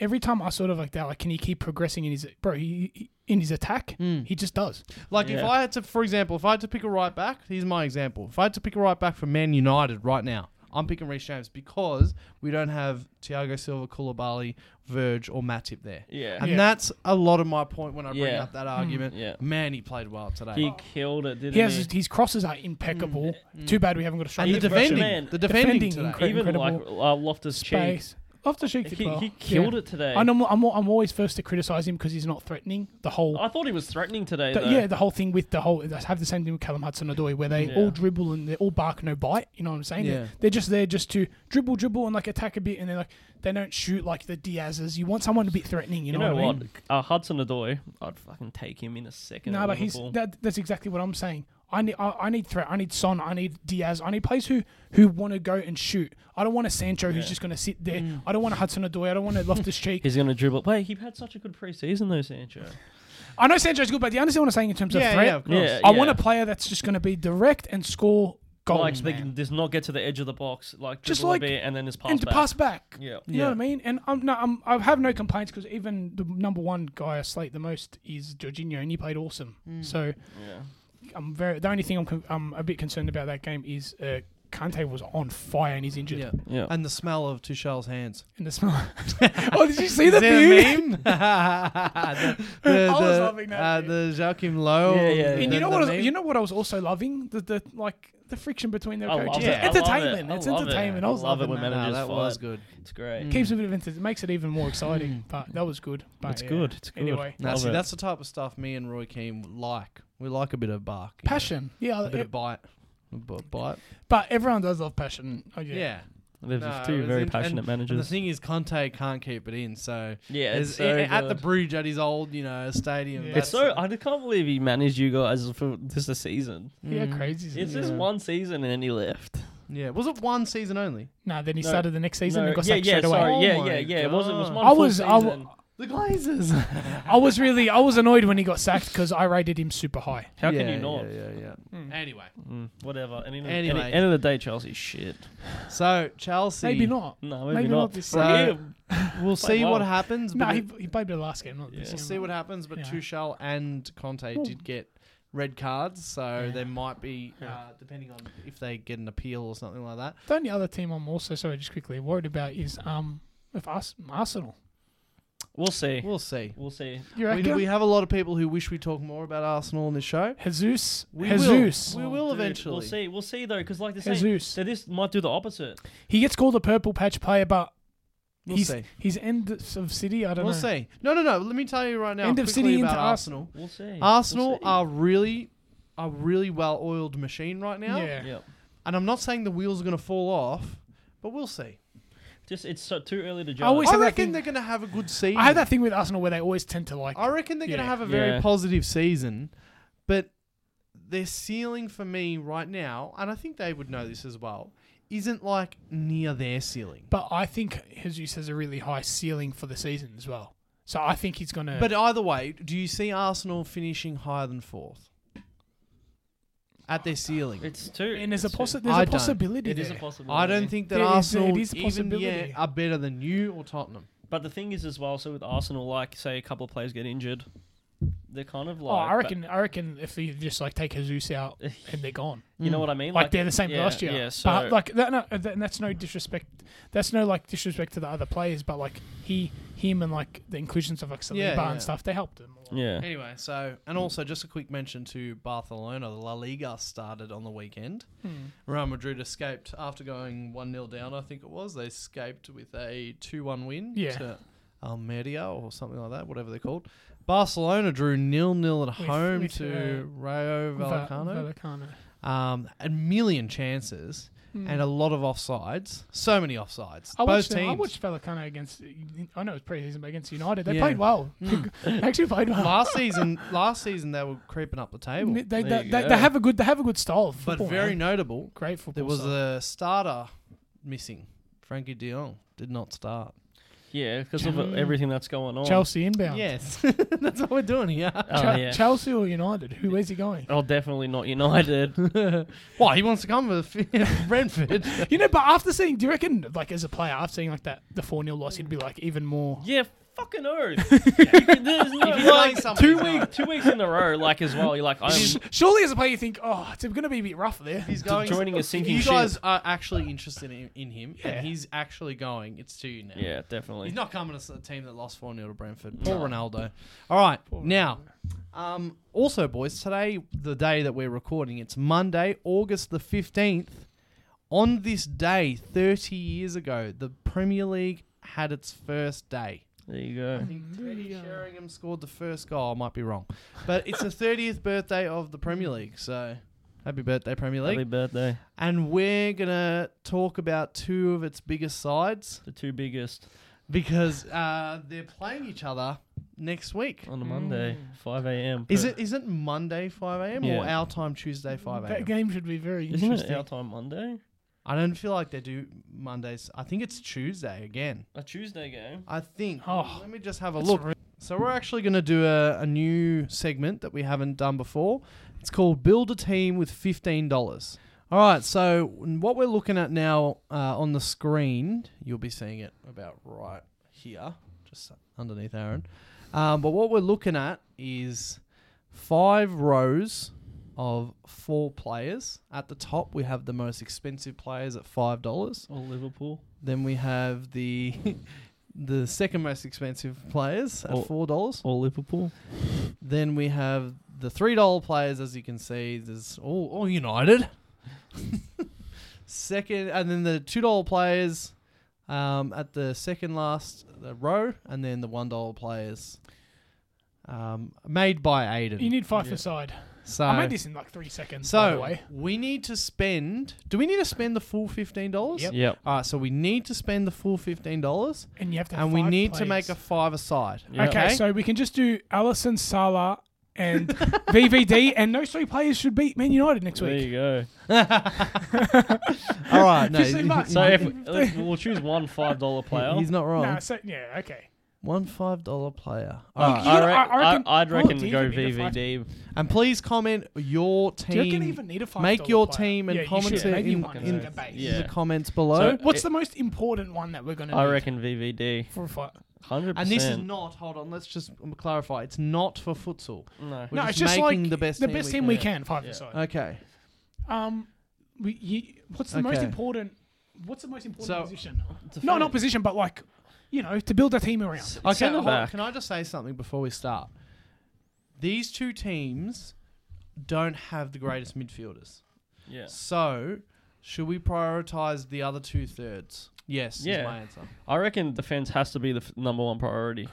every time I sort of like that, like can he keep progressing in his bro? He, he- in his attack, Hmm. he just does. Like if Yeah. I had to, for example, if I had to pick a right back, here's my example. If I had to pick a right back for Man United right now, I'm picking Reece James because we don't have Thiago Silva, Koulibaly, Verge, or Matip there. Yeah. And Yeah. Hmm. that's a lot of my point when I bring Yeah. up that argument. Yeah. Man, he played well today. He killed it, didn't He has his, he? his crosses are impeccable. Too bad we haven't got a Hmm. and striker. the He's a defending, man. the defending, Defending, today. incredible. Even like uh, Loftus Cheek, space. Off the cheek, he, did well. he killed yeah. it today. I know I'm, I'm, I'm always first to criticize him because he's not threatening the whole. I thought he was threatening today. the- though. yeah, the whole thing with the whole. I have the same thing with Callum Hudson-Odoi, where they Yeah. all dribble and they all bark, no bite. You know what I'm saying? Yeah. They're just there just to dribble, dribble, and like attack a bit, and they're like they don't shoot like the Diaz's. You want someone a bit threatening. You, You know what? I mean? what? Uh, Hudson Odoi, I'd fucking take him in a second. No, at but he's Liverpool. that, that's exactly what I'm saying. I need I, I need threat. I need Son. I need Diaz. I need players who who want to go and shoot. I don't want a Sancho who's just going to sit there. I don't want a Hudson Odoi. I don't want a Loftus Cheek. He's gonna dribble. Wait, he had such a good preseason though, Sancho. I know Sancho's good, but do you understand what I'm saying in terms of Yeah, threat? yeah, of course. Yeah. I want a player that's just going to be direct and score goal. like they man. can just not get to the edge of the box, like Just just like like- a bit and then just pass and to back. pass back. Yeah. You know what I mean? And I'm no, I'm, I have no complaints because even the number one guy I slate the most is Jorginho, and he played awesome. So Yeah. I'm very. The only thing I'm con- I'm a bit concerned about that game is uh, Kante was on fire and he's injured. Yeah. Yeah. And the smell of Tuchel's hands. And the smell. oh, did you see Is that there view? a meme? the, the, I was the, loving that Uh, bit. the Joachim Low. Yeah, yeah, And you The- know what? I was, you know what I was also loving the the like the friction between their I love coaches. it. I It's love it. entertainment. I It's love it. entertainment. I I was love it loving when that. managers- no, just that follow was it. good. It's great. Keeps it a bit of inter- it makes it even more exciting. But that was good. Mm, But Mm. It's yeah. good. It's good. Anyway, Now, Love see, it. that's the type of stuff me and Roy Keane like. We like a bit of bark. you know, passion. Yeah, a bit it- of bite. A b- bite. but everyone does love passion. Oh Yeah. yeah. They're No, just it two was very in- And passionate the managers. thing is, Conte can't keep it in. So, yeah, is- i- at the bridge at his old, you know, stadium. Yeah. that's- It's so I can't believe he managed you guys for just a season. Yeah, Mm. crazy. Isn't It's it? just one season and then he left. Yeah, was it one season only? No, then he No, started the next season No, and got yeah, sacked yeah, straight away. sorry, Oh yeah, my yeah, yeah. It wasn't. It was God. one I full was- I w- season. The Glazers. I was really, I was annoyed when he got sacked because I rated him super high. How yeah, can you not? Yeah, yeah, yeah. Anyway, Mm, whatever. And in the- Anyway. any- end of the day, Chelsea shit. so Chelsea. Maybe not. No, Maybe maybe, not not. this So Well, we'll see what well. happens. No, But he, it- he played the last game. Not Yeah. this we'll game. see what happens. But Yeah. Tuchel and Conte Well- did get red cards, so there might be, Yeah. uh, depending on if they get an appeal or something like that. The only other team I'm also sorry, just quickly worried about is um with us Arsenal. We'll see. We'll see. We'll see. We, You reckon? we have a lot of people who wish we talk more about Arsenal on this show. Jesus, We will. Jesus, We will Dude, eventually. We'll see. We'll see though, because like the same. Jesus. So this might do the opposite. He gets called a purple patch player, but We'll he's see. he's end of city. I don't We'll know. see. No, no, no. Let me tell you right now. End of quickly City about into Arsenal. We'll see. Arsenal We'll see. are really a really well oiled machine right now. Yeah. Yep. And I'm not saying the wheels are going to fall off, but we'll see. Just it's so, too early to judge. always- Always I have that reckon thing- they're going to have a good season. I have that thing with Arsenal where they always tend to like. I reckon they're going Yeah. to have a very Yeah. positive season, but their ceiling for me right now, and I think they would know this as well, isn't like near their ceiling. But I think Jesus has a really high ceiling for the season as well. So I think he's gonna. But uh, either way, do you see Arsenal finishing higher than fourth at their ceiling? It's too. and there's a it's too- possi- there's I a don't. possibility. It is a there. possibility. I don't think that There is- it Arsenal is a even yet possibility. are better than you or Tottenham. But the thing is, as well, so with Arsenal, like say a couple of players get injured, they're kind of Oh, like. I reckon. I reckon if you just like take Jesus out and they're gone, but you know what I mean? like, they're the same yeah, last year. Yeah. So but like that, no, uh, that, and that's no disrespect. That's no like disrespect to the other players, but like he, him, and like the inclusions of like Saliba Yeah, yeah. and stuff, they helped him. a lot. yeah. Anyway, so and Mm. also just a quick mention to Barcelona. The La Liga started on the weekend. Real Madrid escaped after going one 0 down. I think it was they escaped with a two one win Yeah. to Almeria or something like that, whatever they're called. Barcelona drew nil nil at With- home with, to uh, Rayo Va- Vallecano. Vallecano. um, a million chances and a lot of offsides. So many offsides. Mm. I Both watched, teams. I watched Vallecano against. I know it was preseason, but against United, they Yeah. played well. actually played well. Mm. last season, last season they were creeping up the table. They, they, There they, you they go. have a good. They have a good style. Of but football, eh? very man. notable, great football. there was style. a starter missing. Frankie De Jong did not start. Yeah, because of everything that's going on. Chelsea inbound. Yes, that's what we're doing here. Oh, Chel- yeah. Chelsea or United? Who? Where's he going? Oh, definitely not United. Why he wants to come with Brentford? You know, but after seeing, do you reckon, like as a player, after seeing like that the four 0 loss, he'd be like even more. yeah, fucking earth. There's no, If you like like somebody, two no. weeks, two weeks in a row, like as well. You're like, I'm Um, Sh- Surely, as a player, you think, oh, it's going to be a bit rough there. He's going. joining a if sinking You ship. guys are actually interested in, in him, Yeah. and he's actually going. It's to you now. Yeah, definitely. He's not coming to s- a team that lost 4 0 to Brentford. Poor Ronaldo. All right. now, um, also, boys, today, the day that we're recording, it's Monday, August the 15th. On this day, 30 years ago, the Premier League had its first day. There you go. I think Teddy uh, Sheringham scored the first goal. I might be wrong. But it's the 30th birthday of the Premier League. So happy birthday, Premier League. Happy birthday. And we're going to talk about two of its biggest sides The two biggest because uh, they're playing each other next week. on a Monday, 5 a.m. Is But it isn't Monday five a.m. or Yeah. our time Tuesday five That a.m. game should be very Isn't it interesting. our time Monday? I don't feel like they do Mondays. I think it's Tuesday again. A Tuesday game. I think. Oh, let me just have a look. so we're actually going to do a, a new segment that we haven't done before. It's called Build a Team with fifteen dollars. All right, so what we're looking at now uh, on the screen, you'll be seeing it about right here, just underneath Aaron. Um, but what we're looking at is five rows of four players. At the top, we have the most expensive players at five dollars. Or Liverpool. Then we have the the second most expensive players at Oh. four dollars. Or Liverpool. Then we have the three dollar players, as you can see, there's all, all United. second, and then the two dollar players um, at the second last uh, row, and then the one dollar players um, made by Aiden. You need five Yeah. per side. so, I made this in like three seconds. by the so way, we need to spend. Do we need to spend the full fifteen dollars? Yep. Yep. All right, so we need to spend the full fifteen dollars, and you have to. have and we five need to players. make a five aside. Yeah. Okay, so we can just do Allison Salah and VVD, and those three players should beat Man United next There week. you go. All right, no, Fifteen bucks. So if if we'll choose one five dollar player. Uh, he's not wrong. No, so, yeah, okay. One five dollar player. All Alright. right. I, You know, re- I- I I reckon- I'd oh, reckon do you go even need to find- VVD. And please comment your Do you reckon team they even need a five? make your team and yeah, you comment should. it Maybe in- one in- like a base. in Yeah. the comments below. So- What's It- the most important one that we're gonna? I need reckon VVD. for a fight. Hundred percent. and this is not. Hold on. Let's just um, clarify. It's not for futsal. no. We're no, just it's just making like the best team we we can. can. Five Yeah. per side. Okay. Um, we, you, what's the most Okay. important? What's the most important So- position? Not not position, but like, you know, to build a team around. Okay. Centre hold on, back. Can I just say something before we start? These two teams don't have the greatest midfielders. Yeah. So should we prioritize the other two thirds? Yes. Yeah. Is my answer. I reckon defense has to be the f- number one priority.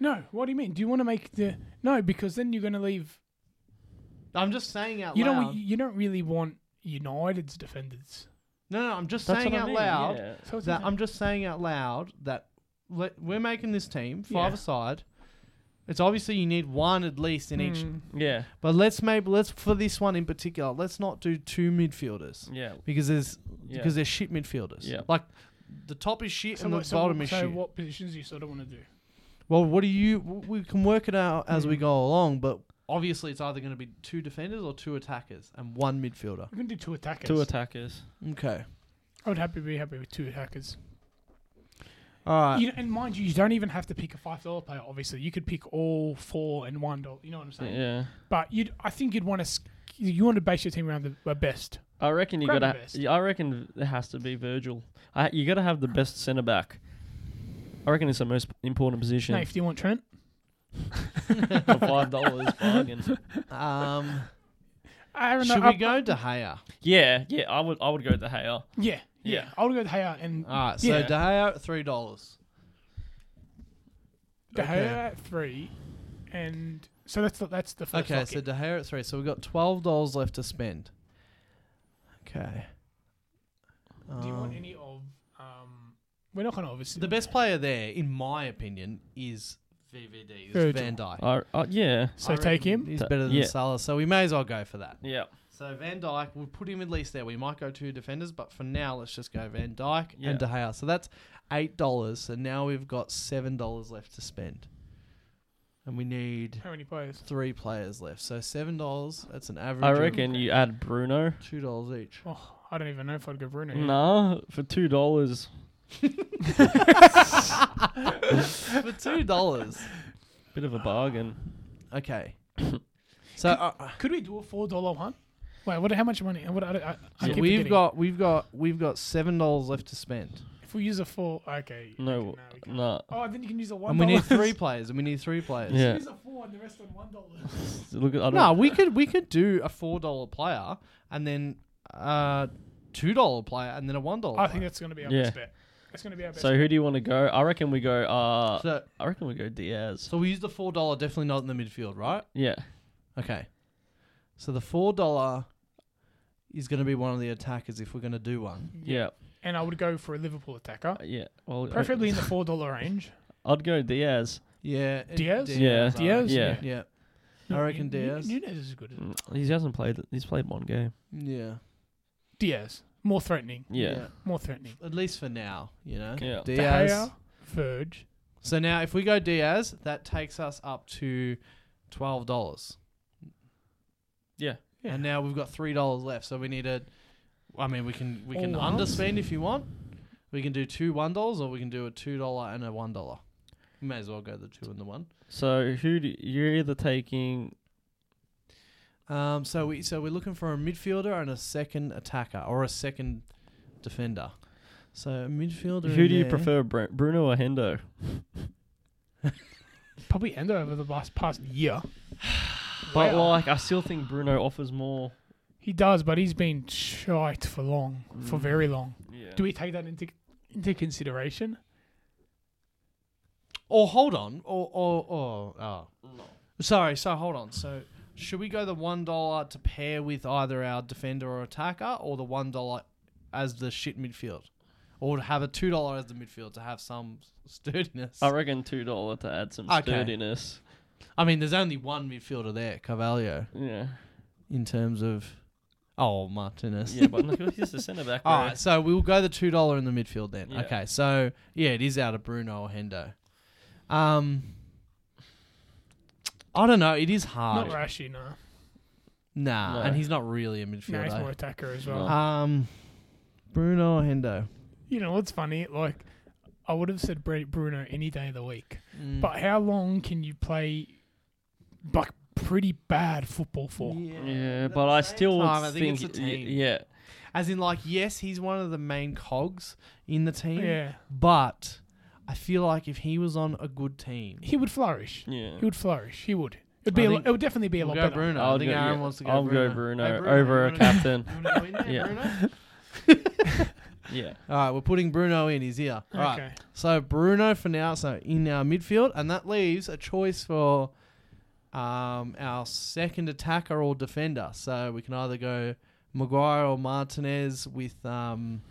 No, what do you mean? Do you want to make the no? Because then you're gonna leave. I'm just saying out You loud. don't. You don't really want United's defenders. no, no. I'm just That's saying what I out mean, loud. yeah. So it's that I'm just saying out loud that le- we're making this team five Yeah. aside. It's obviously you need one at least in Hmm. each, Mm. Yeah. but let's maybe let's for this one in particular, let's not do two midfielders Yeah. because there's Yeah. because they're shit midfielders. Yeah. like the top is shit So, and the what, so, bottom what, is so shit. what positions do you sort of want to do? well, what do you? w- We can work it out as we Hmm. Mm. go along, but obviously it's either going to be two defenders or two attackers and one midfielder. We can do two attackers. Two attackers. Okay, I would happy be happy with two attackers. all right. You know, and mind you, you don't even have to pick a five dollar player. Obviously, you could pick all four and one dollar. You know what I'm saying? Yeah. But you, would I think you'd want to. You want to base your team around the, the best. I reckon you Grab gotta. the best. yeah, I reckon it has to be Virgil. I, you gotta have the best centre back. I reckon it's the most important position. Nath, do you want Trent? for five dollars bargain. um, Aaron, should uh, we go De Gea? Yeah, yeah, I would I would go with the Hayer. Yeah, yeah. Yeah. I would go with Hayer and All right, so Yeah. De Gea at three dollars. De Gea okay. at three, and so that's the, that's the first. Okay, lock so in. De Gea at three. So we've got twelve dollars left to spend. Okay. do you want Um, any of? Um, we're not going to obviously. the best player there, in my opinion, is VVD. Is Virgil. Van Dijk. I, I, yeah, so I take reckon him. He's Ta- better than yeah. Salah, so we may as well go for that. yeah, So Van Dijk, we'll put him at least there. We might go two defenders, but for now, let's just go Van Dijk Yeah. and De Gea. So that's eight dollars. So now we've got seven dollars left to spend, and we need How many players? three players left. So seven dollars. That's an average. I of reckon you add Bruno. two dollars each. Oh, I don't even know if I'd go Bruno. Nah, for two dollars. for two dollars. Bit of a bargain. Okay. So uh, uh, Could we do a four dollar one? Wait, what? How much money? What? I, I, I Yeah. keep we've forgetting. got we've got we've got seven dollars left to spend, If we use a four, okay. No, okay, we can't. nah. Oh, then you can use a one. and we need three players, and we need three players. Yeah. Use a four and the rest on one dollar. Look at I don't. No, we could we could do a four dollar player, and then uh two dollar player, and then a one dollar. I think that's going to be our Yeah. best bet. That's going to be our best. So bet. who do you want to go? I reckon we go. Uh, so. I reckon we go Diaz. So we use the four dollar, definitely not in the midfield, right? Yeah, Okay. So the four dollar is going to be one of the attackers if we're going to do one. yeah, Uh, And I would go for a Liverpool attacker, yeah. Well, I- preferably in the four dollar range. I'd go Diaz. Yeah. and Diaz? Yeah. I Diaz? reckon. Yeah. Yeah. I reckon Nu- Nu- Diaz. Nunez is good. Mm, He hasn't played. He's played one game. Yeah. Diaz more threatening, Yeah, more threatening. At least for now, you know. yeah. De Diaz. Gea, Verge. So now, if we go Diaz, that takes us up to twelve dollars, Yeah. Yeah. and now we've got three dollars left. So we need a I mean, we can we can All ones? underspend if you want. We can do two one dollars, or we can do a two dollar and a one dollar. May as well go the two and the one. So who do, you're either taking? Um, so we so we're looking for a midfielder and a second attacker or a second defender. So a midfielder. who in do you there. prefer, Br- Bruno or Hendo? Probably Endo over the last past year. But Wow. like, I still think Bruno offers more. He does, but he's been shite for long, for Mm. very long. Yeah. Do we take that into into consideration? Or Oh, hold on. Or or or oh. Sorry. So hold on. So should we go the one dollar to pair with either our defender or attacker, or the one dollar as the shit midfield, or to have a two dollar as the midfield to have some sturdiness? I reckon two dollar to add some Okay. sturdiness. I mean, there's only one midfielder there, Carvalho, Yeah. in terms of oh Martinez. Yeah, but no, he's the centre back. All bro. right, so we'll go the two dollar in the midfield then. Yeah. Okay, so yeah, it is out of Bruno or Hendo. Um, I don't know. It is hard. Not Rashi, no. Nah, No. and he's not really a No, he's more midfielder. attacker as well. No. um, Bruno or Hendo. You know what's funny? Like, I would have said Bre- Bruno any day of the week. Mm. But how long can you play like pretty bad football for? Yeah, but I still time, I think, think it's a y- team. yeah, As in, like, yes, he's one of the main cogs in the team. Yeah, But I feel like if he was on a good team, he would flourish. yeah. He would flourish. He would. It'd I be. A, lo- think it would definitely be a we'll lot go better. Bruno. I I'll think go- Aaron yeah, wants to go I'll Bruno. go Bruno, Hey, over you a wanna- captain. you wanna go in there, Yeah. Bruno? yeah. All right, we're putting Bruno in. He's here. All Okay. right. So Bruno for now, so in our midfield, and that leaves a choice for um, our second attacker or defender. So we can either go Maguire or Martinez with um,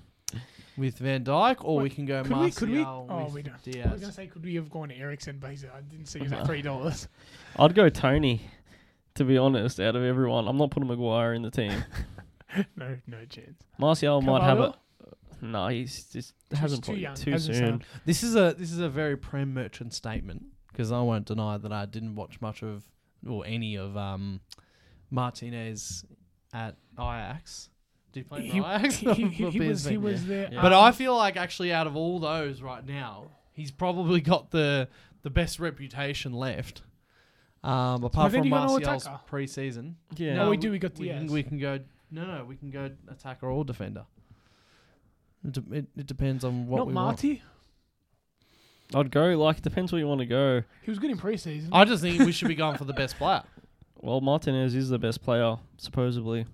with Van Dyke, or we Wait, can go could we- could we- Martial oh, with we don't- I was Diaz. gonna say, could we have gone to Ericsson? But he said- I didn't see that three dollars. I'd go Tony. To be honest, out of everyone, I'm not putting Maguire in the team. no, no chance. Martial might have Carvalho? a No, he's just hasn't too played young, too hasn't soon. signed. This is a this is a very prem merchant statement because I won't deny that I didn't watch much of or any of um, Martinez at Ajax. Did he play He, for Ajax? he, he- he Or was. PSV? He was there. Yeah. But um, I feel like actually out of all those right now, he's probably got the the best reputation left. Um, apart then from you got no Martial's attacker? pre-season. Yeah, No, we do, we got can, Diaz. we can go. No, no, we can go attacker or defender. It, de- it, it depends on what not we Marty. I'd go. Like, depends where you want to go. He was good in preseason. want. I just think we should be going for the best player. Well, Martinez is the best player, supposedly.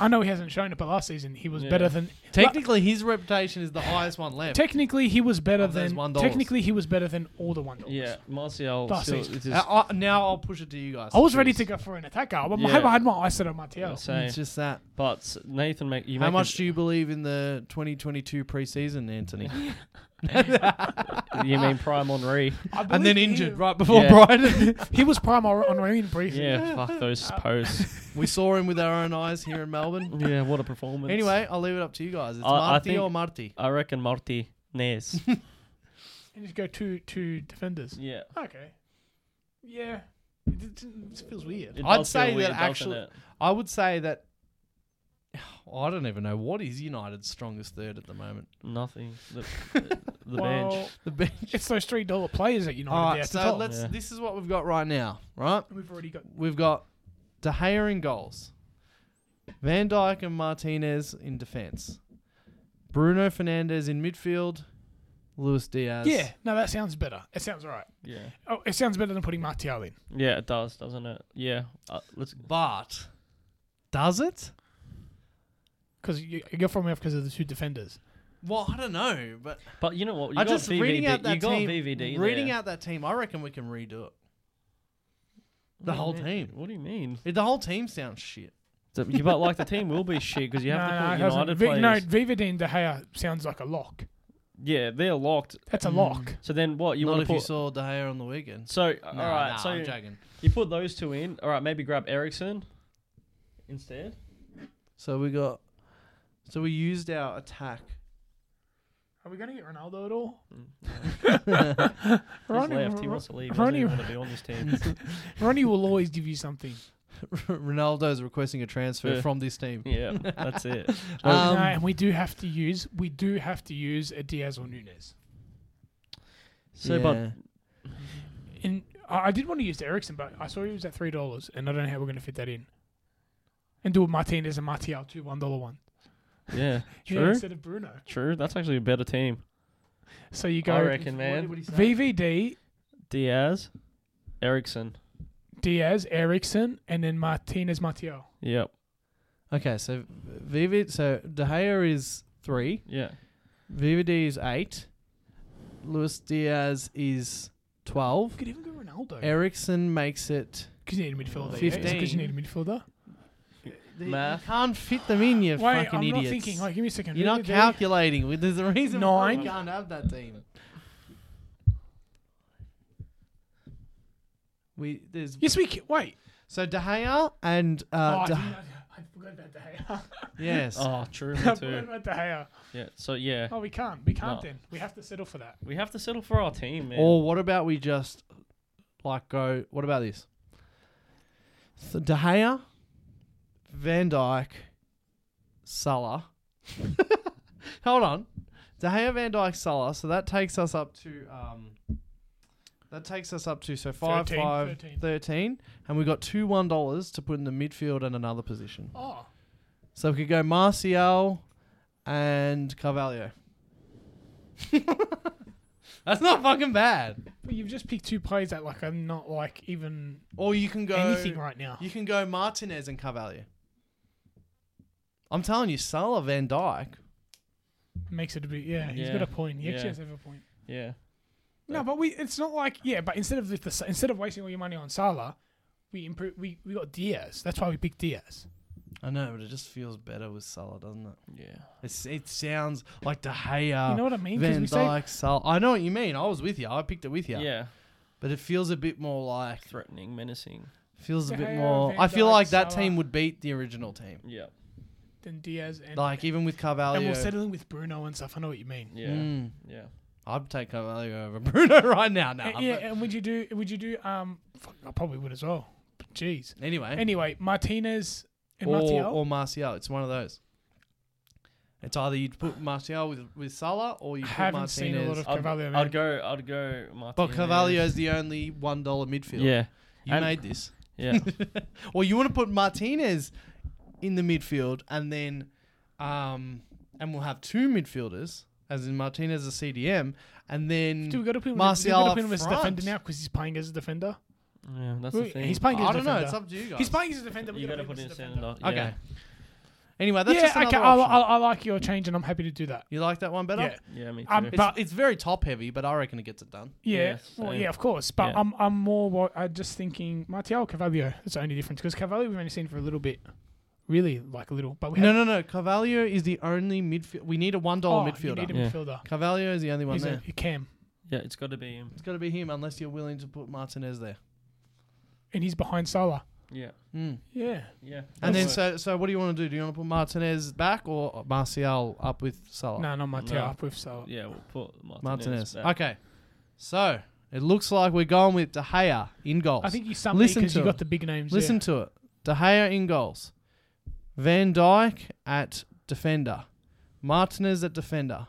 I know he hasn't shown it, but last season he was Yeah. better than. Technically, his reputation is the highest one left. Technically, he was better Of those than. $1. Technically, he was better than all the one dollars. Yeah, Martial. Last Still, season. it's Uh, just, I- now I'll push it to you guys. I was ready to go for an attacker, but my- Yeah. I had my eyes set on Martial. same. It's just that. But s- Nathan, make you How make much a, do you believe in the 2022 preseason, Anthony? you mean Prime Henri? I and then believe he- injured right before Yeah. Brighton. He was prime on in preseason. Yeah, fuck those posts. we saw him with our own eyes here in Melbourne. Yeah, what a performance. Anyway, I'll leave it up to you guys. It's I- I Marty think- or Marty. I reckon Martinez. And just go two two defenders. yeah. Okay. Yeah. It, it, it feels weird. It I'd does say feel weird, that doesn't actually- it? I would say that. I don't even know what is United's strongest third at the moment. nothing. The, the bench. The bench. It's those three dollar players that United. All All right, right, so let's. Yeah. This is what we've got right now, right? We've already got. We've got De Gea in goals, Van Dijk and Martinez in defence, Bruno Fernandez in midfield, Luis Diaz. Yeah. No, that sounds better. It sounds alright. Yeah. Oh, it sounds better than putting Martial in. Yeah, it does, doesn't it? Yeah. Uh, let's. But does it? Because you, you go from off because of the two defenders. Well, I don't know, but But you know what? You I got just VVD. reading out that you got team. VVD. reading there. out that team, I reckon we can redo it. What the do you whole mean? team. What do you mean? It- The whole team sounds shit. So, you- but like the team will be shit because you have no, to put no, it United doesn't. Vi- no, players. Vividin De Gea sounds like a lock. Yeah, they're locked. That's a lock. So then what? You Not want if to you put? saw De Gea on the weekend. So all Nah, right, nah, so I'm joking. you put those two in. All right, maybe grab Ericsson instead. So we got, so we used our attack. Are we going to get Ronaldo at all? He's Ronnie, left. He wants to leave. He Ronnie- doesn't want to be on this team. Ronnie will always give you something. Ronaldo's requesting a transfer Yeah. from this team. Yeah, that's it. Um, no, and we do have to use we do have to use a Diaz or Nunes. So, Yeah. And I I did want to use Ericsson, but I saw he was at three dollars, and I don't know how we're going to fit that in. And do a Martinez and Martial two one dollar one but yeah, Yeah, true, instead of Bruno. true. That's actually a better team. So you I go reckon, man. What did he say? VVD, Diaz, Ericsson. Diaz, Ericsson, and then Martinez Martial. Yep. Okay, so Vivid, so De Gea is three, Yeah. VVD is eight, Luis Diaz is twelve. You could even go Er- Ronaldo Ericsson makes it. because you need a Oh, midfielder. Because 15. you need a midfielder. Math. You can't fit them in, you Wait, fucking I'm idiots. not thinking. Like, give me a second. You're not VVD. calculating. We- There's a reason why Nine. we can't have that team. We there's Yes, we can. Wait. so De Gea and Oh, uh, I, De- didn't- I forgot about De Gea. yes, Oh, true. I Me forgot too. about De Gea. Yeah. So yeah, Oh, we can't. We can't No. then. We have to settle for that. we have to settle for our team, man. Or what about we just like go? What about this? So De Gea, Van Dyke, Salah. Hold on, De Gea, Van Dyke, Salah. So that takes us up to um, that takes us up to so five, Thirteen, five, thirteen. 13, and we got two one dollars to put in the midfield and another position. Oh, So we could go Martial and Carvalho. That's not fucking bad. but you've just picked two players that like are not like even Or you can go anything right now. You can go Martinez and Carvalho. I'm telling you, Salah Van Dyke. Makes it a bit. Yeah, he's Yeah. got a point. He actually Yeah. has to have a point. yeah. No, but we. It's not like yeah. But instead of the, the instead of wasting all your money on Salah, we improve. We we got Diaz. That's why we picked Diaz. I know, but it just feels better with Salah, doesn't it? Yeah. It's, it sounds like De Gea, you know what I mean? 'Cause Van we say Dyke, Salah. I know what you mean. I was with you. I picked it with you. Yeah. But it feels a bit more like Threatening, menacing. feels a De bit Gea, more. Van I feel Dijk, like that Salah. team would beat the original team. Yeah. then Diaz and Like even with Carvalho, and we're settling with Bruno and stuff. I know what you mean. Yeah. Mm. Yeah. I'd take Carvalho over Bruno right now. Now, And- yeah, and would you do? Would you do? Um, fuck, I probably would as well. But jeez. anyway, Anyway, Martinez and Eh? or, Martial. or Martial. It's one of those. It's either you put Martial with with Salah or you I put haven't Martinez. seen a lot of I'd, Carvalho. man. I'd go. I'd go. but Martinez. Carvalho's the only one dollar midfield. Yeah. you and- made this. Yeah. Or you want to put Martinez in the midfield and then, um, and we'll have two midfielders, as in Martinez a CDM, and then Do we got to put him? Martial do we got up to put him as a defender front. now because he's playing as a defender. yeah. That's the Wait, thing. He's playing as a I don't defender. know. It's up to you guys. He's playing as a defender. You gotta put in him as a center. defender. Yeah. okay. Anyway, that's just yeah, another okay. I, option. I, I like your change, and I'm happy to do that. you like that one better? Yeah, Yeah. Me too. Um, It's, But- it's very top heavy, but I reckon it gets it done. yeah, Yes, well, same. yeah, of course. But Yeah. I'm, I'm more. What, I'm just thinking, Martial Cavallo. That's the only difference because Cavallo we've only seen for a little bit, really, like a little. But we No, have, no, no. Carvalho is the only midfield. We need a one oh, dollar you midfielder. need a Yeah. midfielder. Carvalho is the only one He's there. a, a cam, yeah. It's got to be him. it's got to be him, unless you're willing to put Martinez there. and he's behind Salah. Yeah. Hmm. Yeah, Yeah. And then, that's so, so what do you want to do? Do you want to put Martinez back or Martial up with Salah? no, not Martial Oh, No. up with Salah. what- Yeah. We'll put Martinez. Martinez. back. Okay. So it looks like we're going with De Gea in goals. I think you summed Listen because to you him. got the big names. Listen to it. De Gea in goals. Van Dyke at defender. Martinez at defender.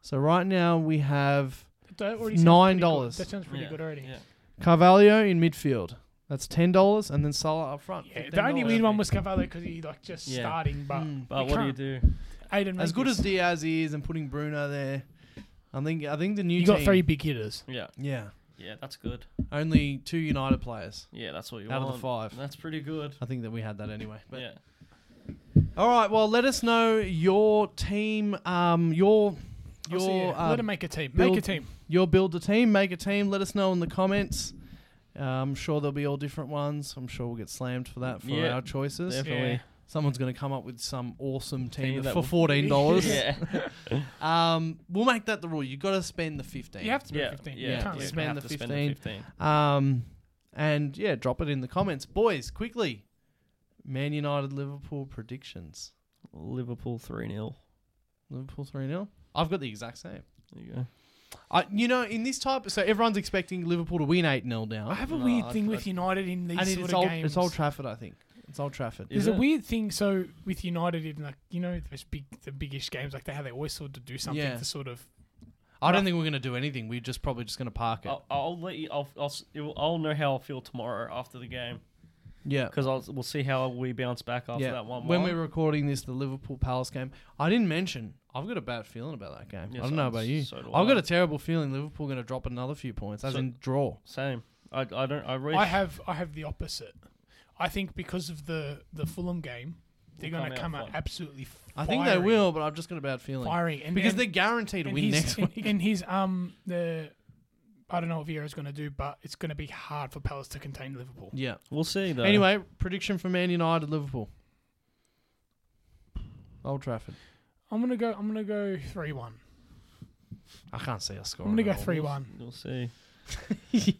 So right now we have there. That already sounds Nine pretty good. dollars. That sounds pretty Yeah. good already. Yeah. Carvalho in midfield. That's ten dollars, and then Salah up front. Yeah, the $15. only weird one was Cavallo because he like just Yeah. starting, but Mm. But You what do you can't. do? Aiden as good as Mendes. Diaz is, and putting Bruno there. I think I think the new you got team- three big hitters. Yeah. Yeah, Yeah. That's good. only two United players Yeah. That's what you out want. of the five. That's pretty good. I think that we had that anyway. But Yeah. all right, well, let us know your team, um, your I'll see your you. uh, let him make a team. build- Make a team. your build a team, make a team. Let us know in the comments. Uh, I'm sure there'll be all different ones. I'm sure we'll get slammed for that for Yeah, our choices. Definitely. Someone's going to come up with some awesome team, Team that for will- fourteen dollars. Yeah. Um, we'll make that the rule. You got to spend the fifteen. You have to be Yeah. 15. yeah, you can't yeah. leave. spend have the to spend 15. 15. Um, and yeah, drop it in the comments, boys. Quickly, Man United Liverpool predictions. Liverpool 3 0. Liverpool three 0 I've got the exact same. There you go. I, you know, in this type, so everyone's expecting Liverpool to win 8 0 I now. have a No, weird I- thing I- with United in these And it- sort it's, of old, games. it's Old Trafford, I think. It's Old Trafford. Is There's a it? weird thing. So with United in like you know those big the biggish games like they how they always sort of do something Yeah. to sort of I don't think we're going to do anything. We're just probably just going to park it. Oh. I'll, I'll let you. I'll, I'll, s- it'll- I'll know how I'll feel tomorrow after the game yeah. because I'll we'll see how we bounce back after that one. When one. we're recording this, the Liverpool Palace game, I didn't mention. I've got a bad feeling about that game. Yes, I don't know I'm- about you. so do I've got I. a terrible feeling Liverpool going to drop another few points, as So- in draw. same. I, I don't. I read. I have I have the opposite. I think because of the the Fulham game, they're We'll going to come come out out firing. absolutely. I think they firing- will, but I've just got a bad feeling firing and, because and, they're guaranteed to and win his- next week. and- And his um the I don't know what Vieira's going to do, but it's going to be hard for Palace to contain Liverpool. Yeah. We'll see though. Anyway, prediction for Man United, Liverpool, Old Trafford. I'm going to go. I'm going to go three one. I can't see us scoring. I'm going to go at all. three one. we'll see.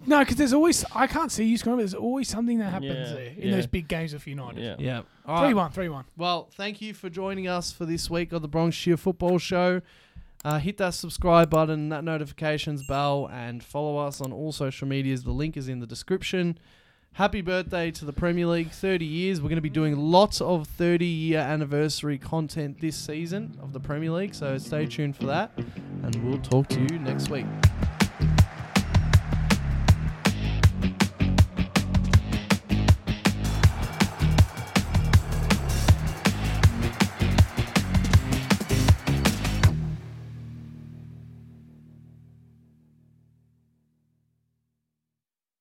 No, because there's always I can't see you scoring. but There's always something that happens Yeah, there in yeah. those big games of United. Yeah. Yeah. All right. Three one, three one. Well, thank you for joining us for this week of the Bronx Shear Football Show. Uh, hit that subscribe button, that notifications bell, and follow us on all social medias. The link is in the description. Happy birthday to the Premier League, 30 years. We're going to be doing lots of 30 year anniversary content this season of the Premier League, so stay tuned for that. And we'll talk to you next week.